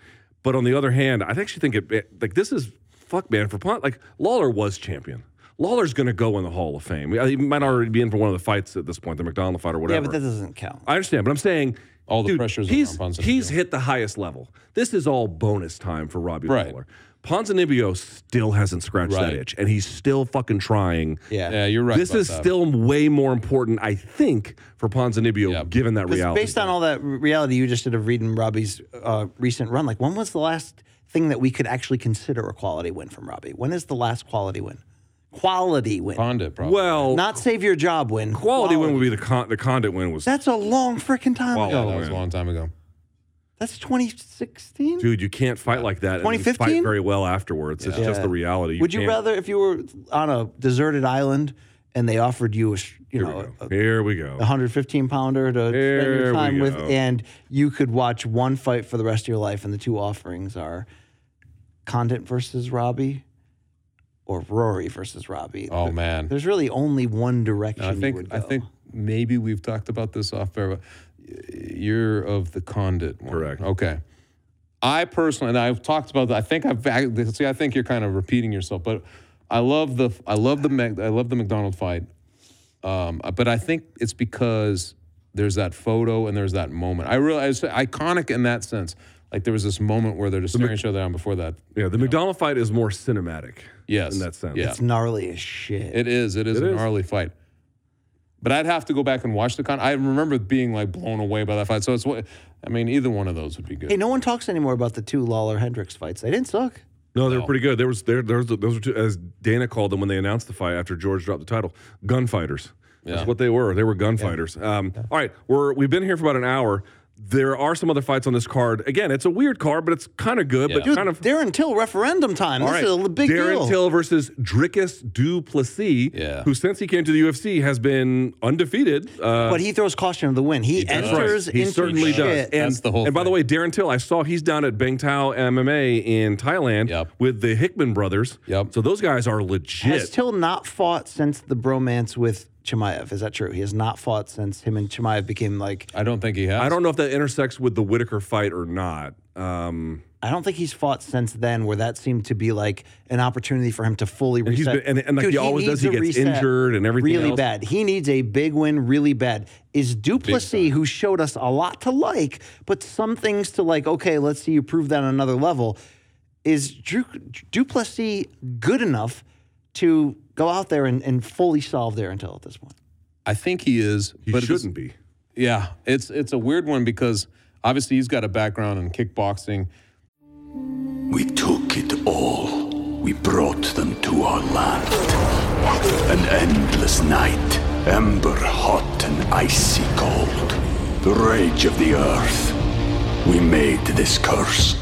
But on the other hand, I actually think it- it like this is fuck man for Pont. Like Lawler was champion. Lawler's going to go in the Hall of Fame. He might already be in for one of the fights at this point, the McDonald fight or
yeah,
whatever.
but that doesn't count.
I understand, but I'm saying
All the
dude,
pressures are
he's
on Ponzinibbio.
he's hit the highest level. This is all bonus time for Robbie
Right.
Lawler. Ponzinibbio still hasn't scratched that
Right.
itch, and he's still fucking trying.
Yeah.
Yeah, you're right.
This
about
is
that.
still way more important, I think, for Ponzinibbio,
Yeah.
given that
'Cause
reality.
Based on all that r- reality you just did of reading Robbie's uh, recent run, like when was the last thing that we could actually consider a quality win from Robbie? When is the last quality win? Quality win,
Condit, probably.
well,
not save your job win.
quality win would be the con- the Condit win was.
That's a long freaking time
Quality.
ago.
that was a
man.
long time ago.
That's 2016.
Dude, you can't fight like that and then
2015?
fight very well afterwards. It's just
Yeah.
the reality.
Would you
can't-
rather if you were on a deserted island and they offered you a sh- you
Here we
know
go. Here we go.
Uh-huh. 115 pounder to spend
There
your
we
time with,
go.
and you could watch one fight for the rest of your life, and the two offerings are Condit versus Robbie or Rory versus Robbie.
Oh man.
There's really only one direction.
I
you would
think
go.
I think maybe we've talked about this off air. but You're of the Condit, one.
Correct.
Okay. I personally, and I've talked about that. I think I've I- see. I think you're kind of repeating yourself, but I love the I love the Mac- I love the McDonald fight, um, but I think it's because there's that photo and there's that moment. I realize iconic in that sense. Like there was this moment where they're just staring each other down before that.
yeah, the McDonald fight is more cinematic.
Yes,
in that sense.
Yeah,
it's gnarly as shit.
it is. It is
It
a
is.
gnarly fight. But I'd have to go back and watch the con. I remember being like blown away by that fight. So it's what I mean. Either one of those would be good.
hey, no one talks anymore about the two Lawler Hendricks fights. They didn't suck.
No, they were pretty good. There was there there's those were two, as Dana called them when they announced the fight after George dropped the title, gunfighters. That's what they were. They were gunfighters. Um, All right, we're we've been here for about an hour. There are some other fights on this card. Again, it's a weird card, but it's kind of good. But
Dude,
kind of
they're until referendum time.
all
this
right.
is a l- big
Darren
deal.
Till versus Drickus Du Plessis,
Yeah.
who since he came to the UFC has been undefeated. Uh,
but he throws caution to the wind. He,
does.
enters
he
into
certainly
shit.
does. And,
That's the whole
And by the
thing.
way, Darren Till, I saw he's down at Bangtao MMA in Thailand
Yep.
with the Hickman brothers.
Yep.
So those guys are legit.
Has Till not fought since the bromance with Chimaev. Is that true? He has not fought since him and Chimaev became like.
I don't think he has.
I don't know if that intersects with the Whitaker fight or not. Um,
I don't think he's fought since then, where that seemed to be like an opportunity for him to fully
he's
reset.
been- and- and like he always
needs
does, he
a
gets injured and everything
Really
else.
bad. He needs a big win, really bad. Is Duplessis, who showed us a lot to like, but some things to like? Okay, let's see you prove that on another level. Is Drew, Duplessis good enough to go out there and, and fully solve their until at this point?
I think he is.
he
but it's-
shouldn't be.
Yeah, it's it's a weird one because obviously he's got a background in kickboxing.
We took it all. We brought them to our land. An endless night, ember hot and icy cold. The rage of the earth. We made this curse.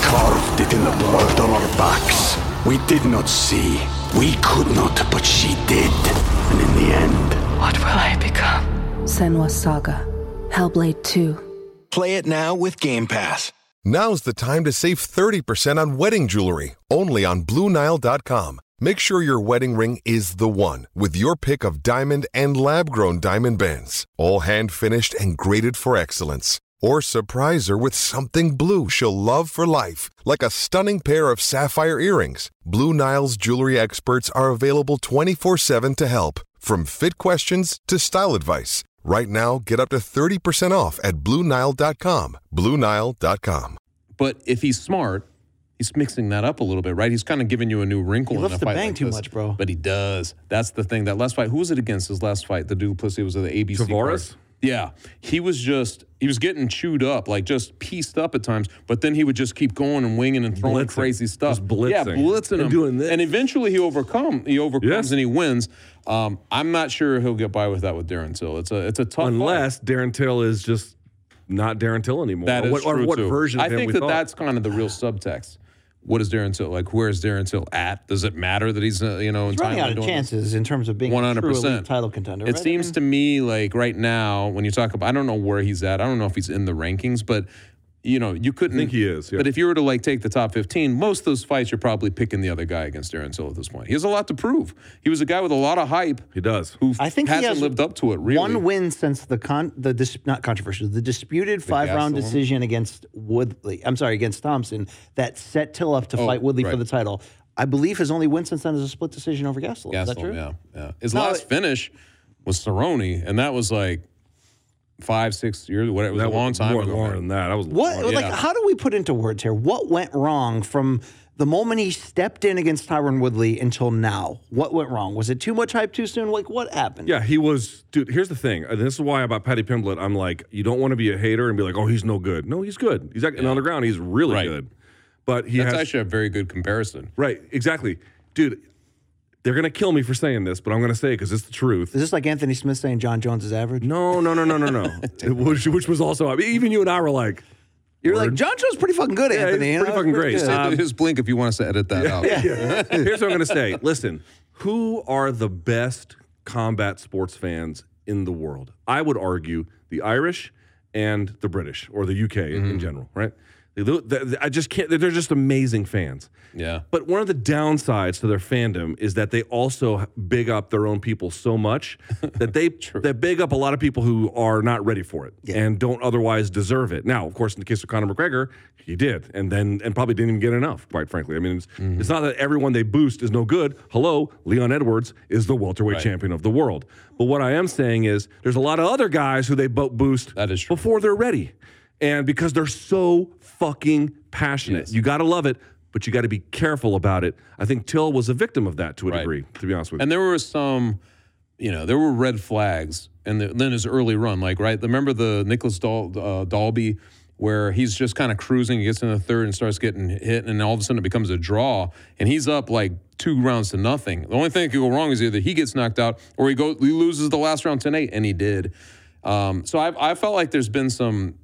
Carved it in the blood on our backs. We did not see. We could not, but she did. And in the end,
What will I become? Senwa Saga. Hellblade 2.
Play it now with Game Pass.
Now's the time to save 30% on wedding jewelry, only on BlueNile.com. Make sure your wedding ring is the one with your pick of diamond and lab grown diamond bands, all hand finished and graded for excellence. Or surprise her with something blue she'll love for life, like a stunning pair of sapphire earrings. Blue Nile's jewelry experts are available 24 7 to help, from fit questions to style advice. Right now, get up to 30% off at BlueNile.com. BlueNile.com.
But if he's smart, he's mixing that up a little bit, right? He's kind of giving you a new wrinkle.
He
in
lifts
a
the
fight
bang
like
too
this.
much, bro.
But he does. That's the thing. That last fight, who was it against? His last fight, the Duplessis was at the ABC.
Tavares?
card. Yeah, he was just he was getting chewed up, like just pieced up at times. But then he would just keep going and winging and throwing
Blitzing.
crazy stuff.
Just blitzing.
yeah, blitzing
And
him,
doing this.
and eventually he overcome he overcomes
Yes.
and he wins. Um, I'm not sure he'll get by with that with Darren Till. It's a it's a tough fight.
Unless Darren Till is just not Darren Till anymore.
That
or
is
what, or
true
what
too.
version of
I
him
think
we
that
thought.
that's kind of the real subtext. What is Darren Till like? Where is Darren Till at? Does it matter that he's uh, you know
He's running out of chances in terms of being
One
a
hundred
true elite
percent
title contender.
It
right? I
seems
mean-
to me like right now when you talk about, I don't know where he's at. I don't know if he's in the rankings, but you know you couldn't.
think he is, yeah.
But if you were to like take the top fifteen, most of those fights you're probably picking the other guy against Darren Till at this point. He has a lot to prove. He was a guy with a lot of hype
he does.
who
I think he
hasn't
has
lived up to it. Really,
One win since the con the dis- not controversial the disputed five round
Gastelum?
decision against Woodley. I'm sorry, against Thompson that set Till up to
Oh,
fight Woodley
right.
for the title. I believe his only win since then is a split decision over Gastelum. is that
Gastelum,
true?
Yeah, yeah. His
No,
last
it-
finish was Cerrone, and that was like five, six years, whatever. It was
that
a long
was
time
more,
ago.
longer
man.
than that. I was
What
long-
like how do we put into words here? What went wrong from the moment he stepped in against Tyron Woodley until now? What went wrong? Was it too much hype too soon? Like what happened?
Yeah, he was. Dude, here's the thing. And this is why about Patty Pimblett, I'm like, you don't want to be a hater and be like, oh, he's no good. No, he's good. He's act- and on the ground, he's really
Right.
good. But he
That's
has
actually a very good comparison.
right, exactly, dude. They're gonna kill me for saying this, but I'm gonna say it because it's the truth.
Is this like Anthony Smith saying John Jones is average?
No, no, no, no, no, no. It- which, which was also I mean, even you and I were like,
You're like John Jones pretty fucking good,
he's
Anthony. you know?
pretty fucking great.
good.
Uh, Um,
Just blink if you want us to edit that out.
Here's what I'm going to say. Listen, who are the best combat sports fans in the world? I would argue the Irish and the British, or the UK in, in general, right? They lo- th- th- I just can't. They're just amazing fans.
Yeah.
But one of the downsides to their fandom is that they also big up their own people so much that they they big up a lot of people who are not ready for it and don't otherwise deserve it. Now, of course, in the case of Conor McGregor, he did, and then and probably didn't even get enough. Quite frankly, I mean, it's,
Mm-hmm.
it's not that everyone they boost is no good. Hello, Leon Edwards is the welterweight champion of the world. But what I am saying is, there's a lot of other guys who they bo- boost
That is true.
before they're ready. And because they're so fucking passionate, you got to love it, but you got to be careful about it. I think Till was a victim of that to a degree, to be honest with you.
And there were some, you know, there were red flags. And the, then his early run, like, right? Remember the Nicholas Dal, uh, Dalby where he's just kind of cruising, he gets in the third and starts getting hit, and all of a sudden it becomes a draw, and he's up like two rounds to nothing. The only thing that could go wrong is either he gets knocked out or he goes he loses the last round 10-8, and he did. Um, so I, I felt like there's been some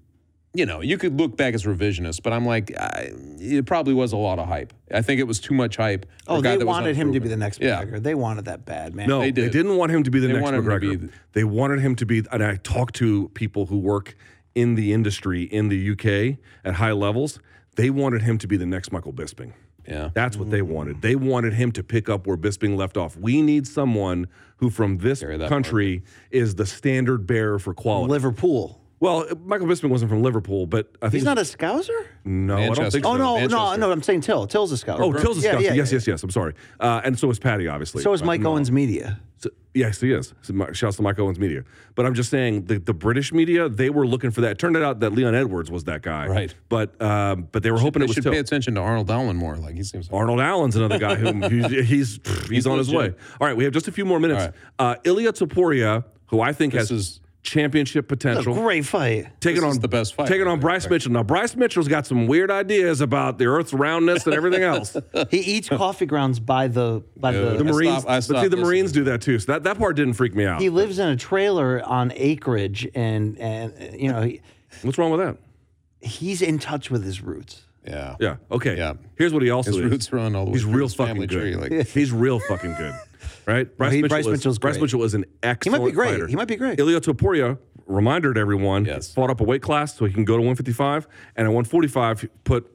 you know, you could look back as revisionist, but I'm like, I, it probably was a lot of hype. I think it was too much hype. for
Oh,
a guy
they
that was
wanted him to be the
unproven.
next
Yeah.
McGregor. They wanted that bad, man.
no,
they
they,
did.
did. not want him to be the
They
next
wanted him to
McGregor.
be the-
they wanted him to be, and I talked to people who work in the industry in the UK at high levels. They wanted him to be the next Michael Bisping.
Yeah.
That's what they wanted. They wanted him to pick up where Bisping left off. We need someone who from this
Carry that
country is the standard bearer for quality.
Liverpool.
well, Michael Bisping wasn't from Liverpool, but I think
He's not a Scouser?
no, I don't
Manchester.
think so.
Oh, no, no,
Manchester.
no. I'm saying Till. Till's a Scouser.
Oh, Till's a
Yeah,
Scouser.
yeah,
yes,
yeah.
yes, yes. I'm sorry. Uh, and so is Patty, obviously.
So is
But
Mike
no.
Owens Media.
So- yes, he is. So, my- shouts to Mike Owens Media. But I'm just saying the, the British media, they were looking for that. Turned it out that Leon Edwards was that guy.
Right.
But um, but they were hoping
They
it was
should
Till.
pay attention to Arnold Allen more. Like he seems. Like,
Arnold Allen's another guy who he's he's, pff, he's on his way.
legit.
All right, we have just a few more minutes.
All
Uh, Ilya Taporia, who I think has
is-
championship
That's a
potential,
great fight.
taking
this
on
is the best fight
Taking
right
on
there.
Bryce Mitchell. Now Bryce Mitchell's got some weird ideas about the Earth's roundness and everything else.
He eats coffee grounds by the by
Dude.
the
I
Marines,
stopped- I
but see,
stopped
the Marines do that too. So that, that part didn't freak me out.
He lives in a trailer on acreage, and and uh, you know he,
What's wrong with that?
he's in touch with his roots.
yeah.
Yeah. Okay.
Yeah.
Here's what he also
His
is.
roots run all the way.
He's
through
real
his
fucking
family
good.
Tree. Like
He's real fucking good. Right? Bryce,
he-
Mitchell
Bryce
is-
Mitchell's
Bryce
great.
Mitchell is an
He might
excellent
be great.
fighter.
He might be great.
Ilya Topuria, reminder to everyone,
Yes.
fought up a weight class so he can go to 155. And at 145, put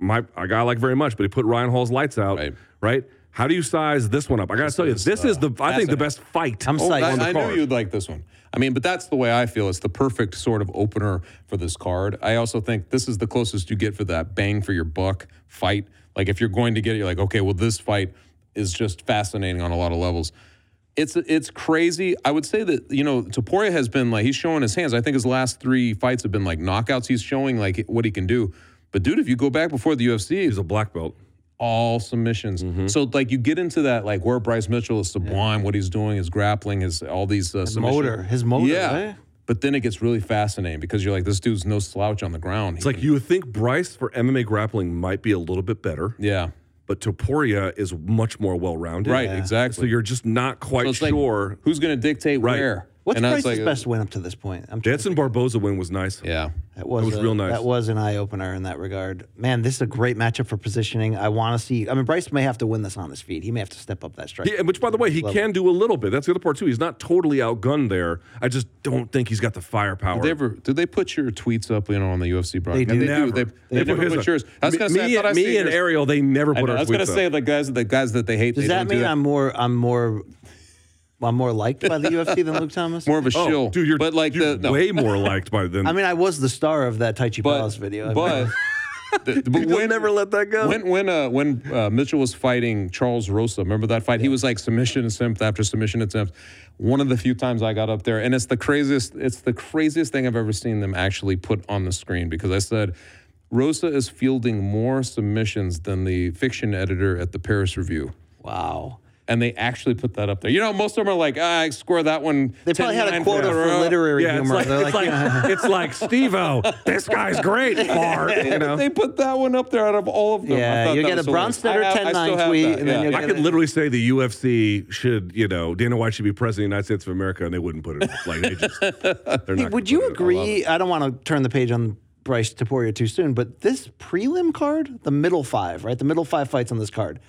my a guy I like very much, but he put Ryan Hall's lights out.
Right.
right? How do you size this one up? I gotta tell you, this is the I think the
fascinating.
best fight.
I'm
on
psyched.
the
I, I knew
card.
you'd like this one. I mean, but that's the way I feel. It's the perfect sort of opener for this card. I also think this is the closest you get for that bang for your buck fight. Like if you're going to get it, you're like, okay, well, this fight is just fascinating on a lot of levels. It's it's crazy. I would say that you know Taporia has been like he's showing his hands. I think his last three fights have been like knockouts. He's showing like what he can do. But dude, if you go back before the UFC,
He's a black belt.
all submissions.
Mm-hmm.
So like you get into that like where Bryce Mitchell is sublime, what he's doing, his grappling, his all these uh, submission-
Motor, his motor.
yeah.
right?
But then it gets really fascinating because you're like, this dude's no slouch on the ground.
It's like you would think Bryce for MMA grappling might be a little bit better,
yeah,
but Topuria is much more well rounded.
right, exactly.
So you're just not quite
So it's like,
sure.
who's going to dictate
Right.
where.
What's
I was
Bryce's best win up to this point? I'm trying to
Danson Barboza win was nice.
Yeah,
That was,
was
a-
real nice.
That was an eye opener in that regard. Man, this is a great matchup for positioning. I want to see. I mean, Bryce may have to win this on his feet. He may have to step up that strike.
He- which, by the way, he can do a little bit. That's the other part too. He's not totally outgunned there. I just don't think he's got the firepower.
Did they ever? Did they put your tweets up? You know, on the UFC broadcast?
do.
They
Never.
do. They, they, never
his
put
up.
yours. I was
Me-
gonna say,
me,
I thought I
me
seen
and
yours.
Ariel, they never
I,
put
know,
our
I was gonna
tweets up.
say the guys, the guys that they hate.
Does
they
that
don't do
mean I'm more? I'm more. I'm more liked by the UFC than Luke Thomas.
more of a
oh,
shill?
dude, you're,
but like
you're
the no.
way more liked by them.
I mean, I was the star of that Tai Chi
but,
Palace video. I mean,
But, the, but
They'll
when,
never let that go.
when when uh, when uh, Mitchell was fighting Charles Rosa, remember that fight? He was like submission attempt after submission attempt. One of the few times I got up there, and it's the craziest. It's the craziest thing I've ever seen them actually put on the screen because I said. Rosa is fielding more submissions than the fiction editor at the Paris Review.
wow.
And they actually put that up there. You know, most of them are like, ah, I score that one.
They probably had a
10-9
quota for
Ferraro."
literary
yeah, it's
humor.
like,
They're
it's
like, you know,
like, it's like Steve-O, this guy's great. Mark, you know?
They put that one up there out of all of them. I
Yeah,
thought
you'll
that
get
was
a
hilarious.
Bronstetter
I have- I
10-9
still have
tweet,
that,
and then
yeah.
you'll
I could literally say the UFC should, you know, Dana White should be president of the United States of America, and they wouldn't put it up. like they just. They're
would
not gonna
you
put it up.
agree? I, don't want to turn the page on Bryce Taporia too soon, but this prelim card, the middle five, right? The middle five fights on this card,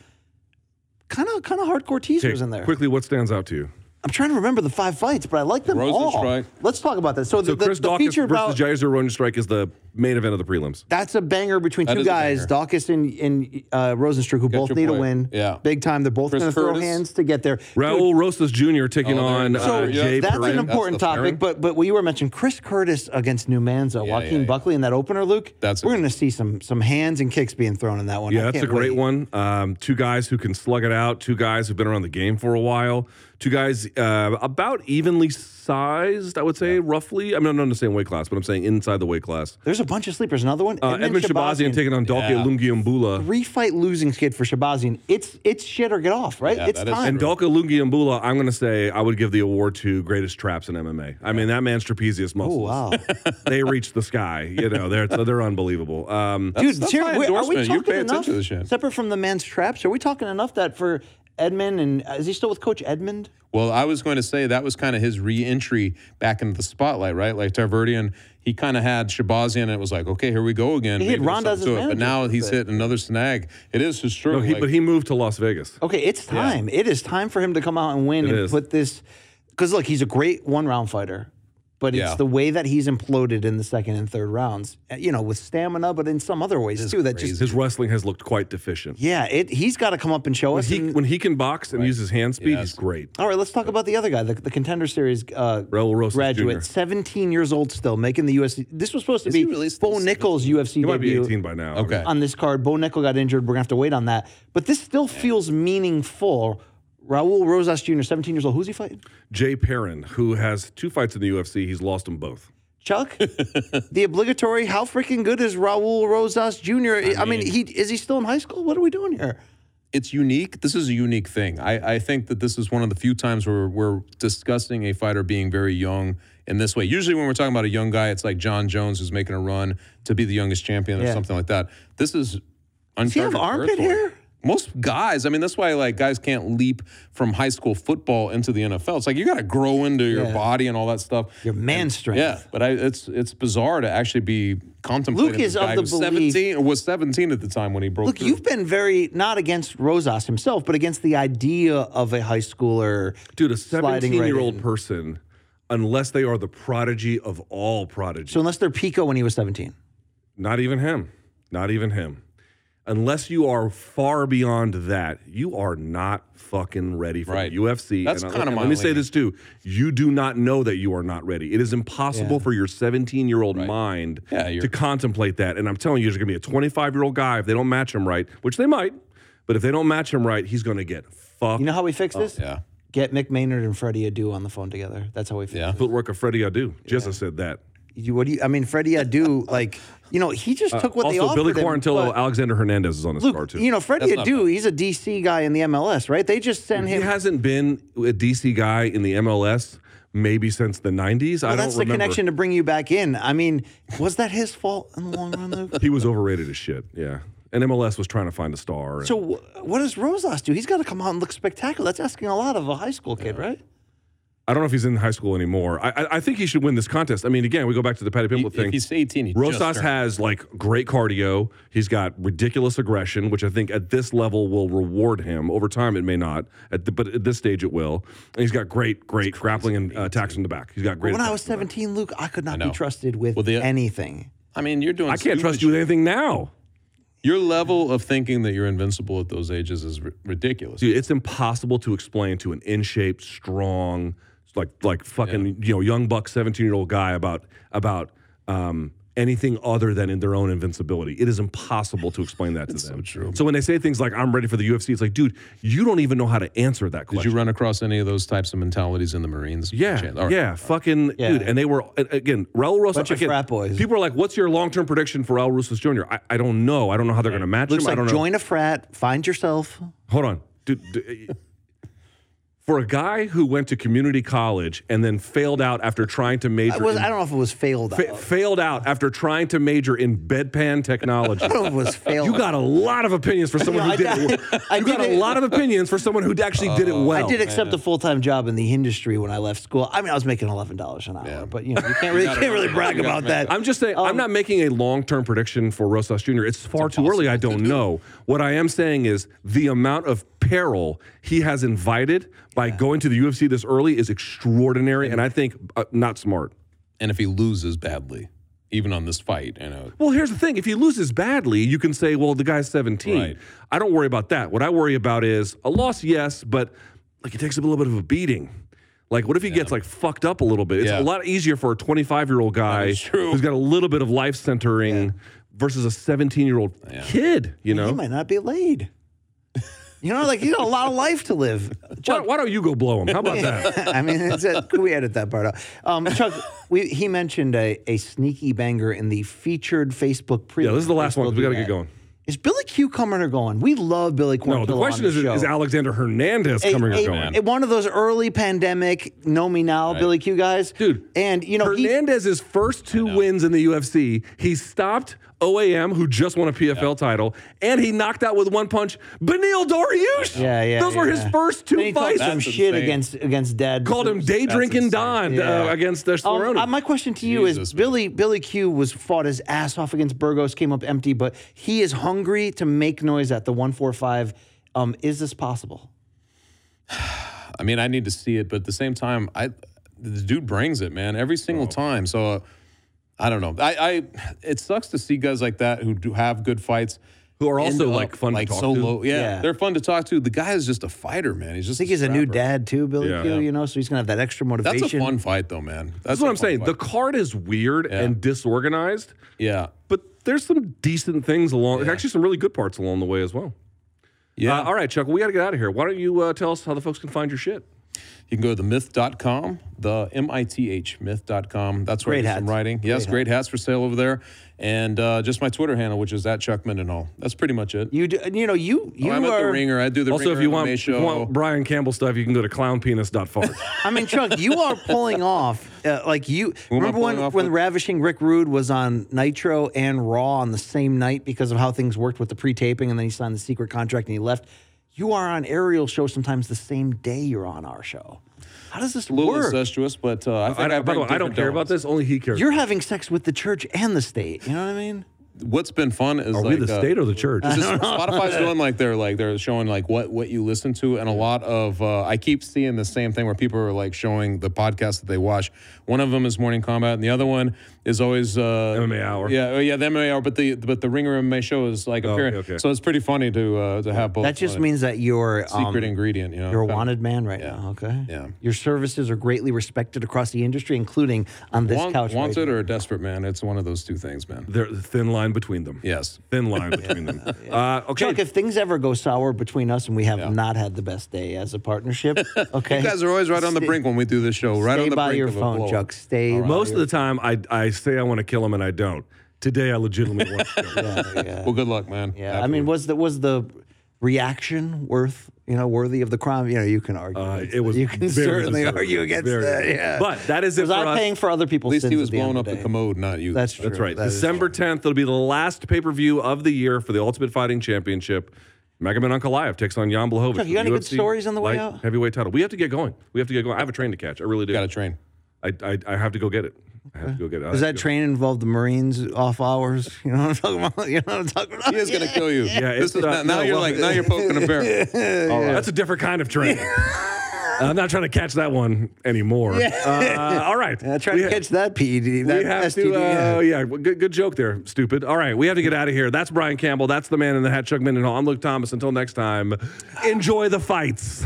kind of kind of hardcore teasers
Okay,
in there.
Quickly, what stands out to you?
I'm trying to remember the five fights, but I like them all.
Rosenstrike.
Let's talk about that. So,
So
the, the,
Chris
the
Dawkins
feature about
versus Jair Ronan Strike is the main event of the prelims.
That's a banger between
That
two
is a
guys,
banger.
Dawkins and, and uh, Rosenstruck, who both
your
need a
point.
win.
Yeah.
Big time. They're both
Chris
going to throw
Curtis.
hands to get there.
Raul Rosas Jr. taking
Oh,
on
there-
uh,
so, yeah,
Jay
That's
Perrin.
an important
the pairing.
topic, but but we were mentioning Chris Curtis against Numanza, Joaquin
yeah.
Buckley in that opener, Luke.
That's
we're
it.
going to see some some hands and kicks being thrown in that one. I
Yeah, that's a
can't
great
wait.
one. Um, two guys who can slug it out. Two guys who've been around the game for a while. Two guys uh, about evenly sized, I would say, roughly. I mean, I'm not in the same weight class, but I'm saying inside the weight class.
There's a bunch of sleepers. Another one.
Uh, Edmund Shabazian taking on Dalke
Yeah.
Lungiambula.
three fight losing skid for Shabazian. It's it's shit or get off, right?
Yeah,
it's
that is
time.
And Dalka Lungiambula, I'm going to say I would give the award to greatest traps in MMA. I mean, that man's trapezius
Oh
muscles.
wow,
they reach the sky. You know, they're they're unbelievable. Um,
dude,
that's
Tara,
my
wait, are we
endorsement.
talking
You pay
enough?
attention to this shit.
Separate from the man's traps, are we talking enough that for Edmund and uh, is he still with Coach Edmund?
Well, I was going to say that was kind of his re-entry back into the spotlight, right? Like Tarverdian, he kind of had Shabazian, and it was like, okay, here we go again.
He had
Maybe there's
Ronda as
something
his
to it. But
manager
now
for a
he's
bit.
hit another snag. It is his true.
no, he,
like,
but he moved to Las Vegas.
Okay, it's time. It is time for him to come out and win
It
and
is.
put this. Because look, he's a great one round fighter. But it's
Yeah.
the way that he's imploded in the second and third rounds, uh, you know, with stamina, but in some other ways too. That just
His wrestling has looked quite deficient.
yeah, it he's got to come up and show
When
us.
he
and-
when he can box and use his hand speed, he's great.
all right, let's talk about the other guy, the, the contender series uh,
Raul Rosas
graduate,
Jr..
17 years old still, making the UFC. This was supposed to be Bo Nichols' UFC
He
debut.
might be 18 by now.
Okay.
on this card. Bo Nickel got injured. We're gonna have to wait on that. But this still feels meaningful. Raul Rosas Jr., 17 years old. Who's he fighting?
Jay Perrin, who has two fights in the UFC, he's lost them both.
Chuck? the obligatory. How freaking good is Raul Rosas Jr.? I mean, he is he still in high school? What are we doing here?
it's unique. This is a unique thing. I, I think that this is one of the few times where we're discussing a fighter being very young in this way. Usually, when we're talking about a young guy, it's like John Jones who's making a run to be the youngest champion or
Yeah.
something like that. This is
Does he have
uncharted
armpit
territory.
hair?
Most guys, I mean, that's why like guys can't leap from high school football into the NFL. It's like you got to grow into your
Yeah.
body and all that stuff.
Your man strength.
Yeah, but I, it's it's bizarre to actually be contemplating.
Luke
this
is of
guy
the
who's
belief-
seventeen or was seventeen at the time when he broke.
Look,
through.
you've been very not against Rosas himself, but against the idea of a high schooler.
Dude, a
Sliding right
17 year old
in.
person, unless they are the prodigy of all prodigies,
So unless they're Pico when he was 17.
not even him, not even him. Unless you are far beyond that, you are not fucking ready for
Right.
the UFC.
That's
And I-
kinda my
Let me say
leaning.
this too: you do not know that you are not ready. It is impossible for your 17 year old mind
Yeah, you're-
to contemplate that. And I'm telling you, there's going to be a 25 year old guy if they don't match him right, which they might. But if they don't match him right, he's going to get fucked.
You know how we fix this?
yeah.
Get Mick Maynard and Freddie Adu on the phone together. That's how we fix
Yeah.
it.
footwork of Freddie Adu. Jessa said that.
You, what do you? I mean, Freddie Adu, like you know, he just took what they
also,
offered
Billy
him,
Quarantillo,
but
Alexander Hernandez is on his card
Look,
too.
you know, Freddie
not
Adu, he's a DC guy in the MLS, right? They just sent
he
him.
hasn't been a DC guy in the MLS maybe since the '90s. I
well,
don't
that's the
remember.
connection to bring you back in. I mean, was that his fault in the long run, Luke?
He was overrated as shit. Yeah, and MLS was trying to find a star. and-
so, wh- what does Rosas do? He's got to come out and look spectacular. That's asking a lot of a high school kid, right?
I don't know if he's in high school anymore. I, I, I think he should win this contest. I mean, again, we go back to the Patty Pimble
If
thing.
he's 18, he just
Rosas
turned.
has like great cardio. He's got ridiculous aggression, which I think at this level will reward him. Over time, it may not, at the, but at this stage, it will. And he's got great, great grappling and uh, attacks in the back. He's got great.
When I was
attacks in the back.
17, Luke, I could not be
know.
trusted with
Well, the-
anything.
I mean, you're doing.
I can't
stupid
trust you with anything now.
Your level of thinking that you're invincible at those ages is ri- ridiculous.
Dude, it's impossible to explain to an in shape, strong, like like fucking you know young buck, seventeen year old guy about about um, anything other than in their own invincibility. It is impossible to explain that to them. So true. So when they say things like "I'm ready for the UFC," it's like, dude, you don't even know how to answer that
Did
question.
you run across any of those types of mentalities in the Marines?
yeah,
Chan- all right.
yeah, fucking
Yeah.
dude. And they were and again, Raul Rosas.
Bunch of
again,
frat boys.
People are like, "What's your long term prediction for Raul Rosas Jr.?" I, I don't know. I don't know how they're going to match
Looks
him. I
like
don't know.
join a frat, find yourself.
Hold on. Dude, d- for a guy who went to community college and then failed out after trying to major
I, was,
in-
I don't know if it was failed.
fa- failed out after trying to major in bedpan technology.
I don't know if it was failed.
You got a lot of opinions for someone
No, I
who did it.
did-
well.
I
you got
did
a
it. Uh,
lot of opinions for someone who actually did it well.
I did accept a full time job in the industry when I left school. I mean, I was making eleven dollars an hour, but you know, you can't really
gotta
can't really
remember-
brag
you gotta
about that.
I'm just saying,
Um,
I'm not making a long term prediction for Rosas Jr. It's far too early. I don't know. What I am saying is the amount of peril he has invited by going to the UFC this early is extraordinary, and I think uh, not smart.
And if he loses badly, even on this fight, you know,
Well, here's the thing. If he loses badly, you can say, well, the guy's 17.
Right.
I don't worry about that. What I worry about is a loss, yes, but like it takes a little bit of a beating. Like, what if he gets like fucked up a little bit? It's
Yeah.
a lot easier for a 25 year old guy
is true.
who's got a little bit of life centering versus a 17 year old kid, you
He
know?
might not be laid. You know, like you got a lot of life to live.
Why, why don't you go blow him? How about that?
I mean, it's a, could we edit that part out? Um, Chuck, we, he mentioned a, a sneaky banger in the featured Facebook preview.
Yeah, this is the last one.
Facebook
We got to
event.
get going.
Is Billy Q coming or going? We love Billy Q.
No, the question is is Alexander Hernandez coming or going?
One of those early pandemic know me now Billy Q guys,
Dude,
And you know, he,
Hernandez's first two wins in the UFC, he stopped OAM, who just won a PFL title, and he knocked out with one punch Benil Dariush.
Yeah, yeah,
Those were his
yeah.
first
Then
two
he talked
fights.
some shit against against Dad.
Called him day drinking Don uh,
Yeah.
against their
Um,
Cerrone.
uh, my question to you is Billy Billy Q was fought his ass off against Burgos, came up empty, but he is hungry to make noise at the one four five. Um, is this possible?
I mean, I need to see it, but at the same time, I the dude brings it, man, every single time. So uh, I don't know. I, I it sucks to see guys like that who do have good fights.
Who are
end
also,
up,
like, fun to talk
so
to.
Low. Yeah,
Yeah.
they're fun to talk to. The guy is just a fighter, man. He's just.
I think he's a new dad too, Billy
Yeah.
Q. You know, so he's gonna have that extra
That's
motivation.
a fun fight, though, man. That's,
That's
a
what I'm
fun
saying.
fight.
The card is weird and disorganized,
yeah,
but there's some decent things along. Actually, some really good parts along the way as well.
yeah.
Uh, all right, Chuck, we got to get out of here. Why don't you uh, tell us how the folks can find your shit?
You can go to themyth.com, the M I T H, myth.com. That's where
Great
I do some
hats.
writing. Yes, great, hats for sale over there. And uh, just my Twitter handle, which is at Chuck Mendenhall. That's pretty much it.
You do, you know you
Oh,
you
I'm at
are.
the ringer. I do the
also,
Ringer
if you
MMA
want, if you
show.
want Brian Campbell stuff, you can go to clownpenis.fart.
I mean, Chuck, you are pulling off uh, like you
am I
remember when
pulling off
when
with?
ravishing Rick Rude was on Nitro and Raw on the same night because of how things worked with the pre-taping, and then he signed the secret contract and he left. You are on Ariel's show sometimes the same day you're on our show. How does this
a little
work?
incestuous, but uh, I think
I,
I
don't- by the
bring
way, I don't
different
care about
elements.
this. Only he cares.
You're having sex with the church and the state. You know what I mean?
What's been fun is
Are
like
we the
uh,
state or the church?
It's just- Spotify's doing like they're like they're showing like what what you listen to, and a lot of uh, I keep seeing the same thing where people are like showing the podcast that they watch. One of them is Morning Combat, and the other one is always uh,
MMA Hour.
Yeah, oh, yeah, the MMA hour, but the but the Ringer MMA show is like
okay,
appearing.
okay.
So it's pretty funny to uh, to have both.
That just
on it.
means that you're um,
secret ingredient, you know.
You're a
kind of-
wanted man right now, okay?
Yeah.
Your services are greatly respected across the industry, including on this
Want-
couch. right
wanted
here.
or a desperate man. It's one of those two things, man.
There's a thin line between them.
Yes.
Thin line between them. Uh, okay.
Chuck, if things ever go sour between us and we have not had the best day as a partnership, okay?
You guys are always right on the
Stay-
brink when we do this show. Right
Stay
on the
by
brink
your
of a
phone,
blow-up.
Chuck. Stay. by
Most of
your-
the time, I, I say I want to kill him and I don't. Today, I legitimately want to kill him.
yeah.
Well, good luck, man.
yeah. I mean, was the was the reaction worth you know worthy of the crime? You know, you can argue.
Uh,
against
it was
You can
very
certainly
deserved.
argue against
Very
that.
deserved.
Yeah.
But that is it
was
for
I
us.
paying for other
At
people's
least
sins
he was
at the end
blowing
of
up the
day.
commode, not you.
That's true.
That's right.
That is
December 10th, it'll be the last pay per view of the year for the Ultimate Fighting Championship. Megaman Ankalaev takes on Jan Blahovic.
Chuck, you
for
got any good
UFC
stories on the way
light
out?
Heavyweight title. We have to get going. We have to get going. I have a train to catch. I really do.
Got a train.
I, I, I have to go get it. I have to go get it. I
Does
have
that
to go.
train involve the Marines off hours? You know what I'm talking about? You know what I'm talking about?
He is gonna kill you.
Yeah,
this
it's,
is
uh,
not, now
no,
you're
well-
like now you're poking a bear.
That's a different kind of train. I'm not trying to catch that one anymore. Uh, all right.
I tried
We
to
ha-
catch that PED, that
we have
STD.
to.
yeah.
Uh, yeah, well, good, good joke there, stupid. All right, we have to get out of here. That's Brian Campbell. That's the man in the hat, Chuck Mindenhall. I'm Luke Thomas. Until next time, enjoy the fights.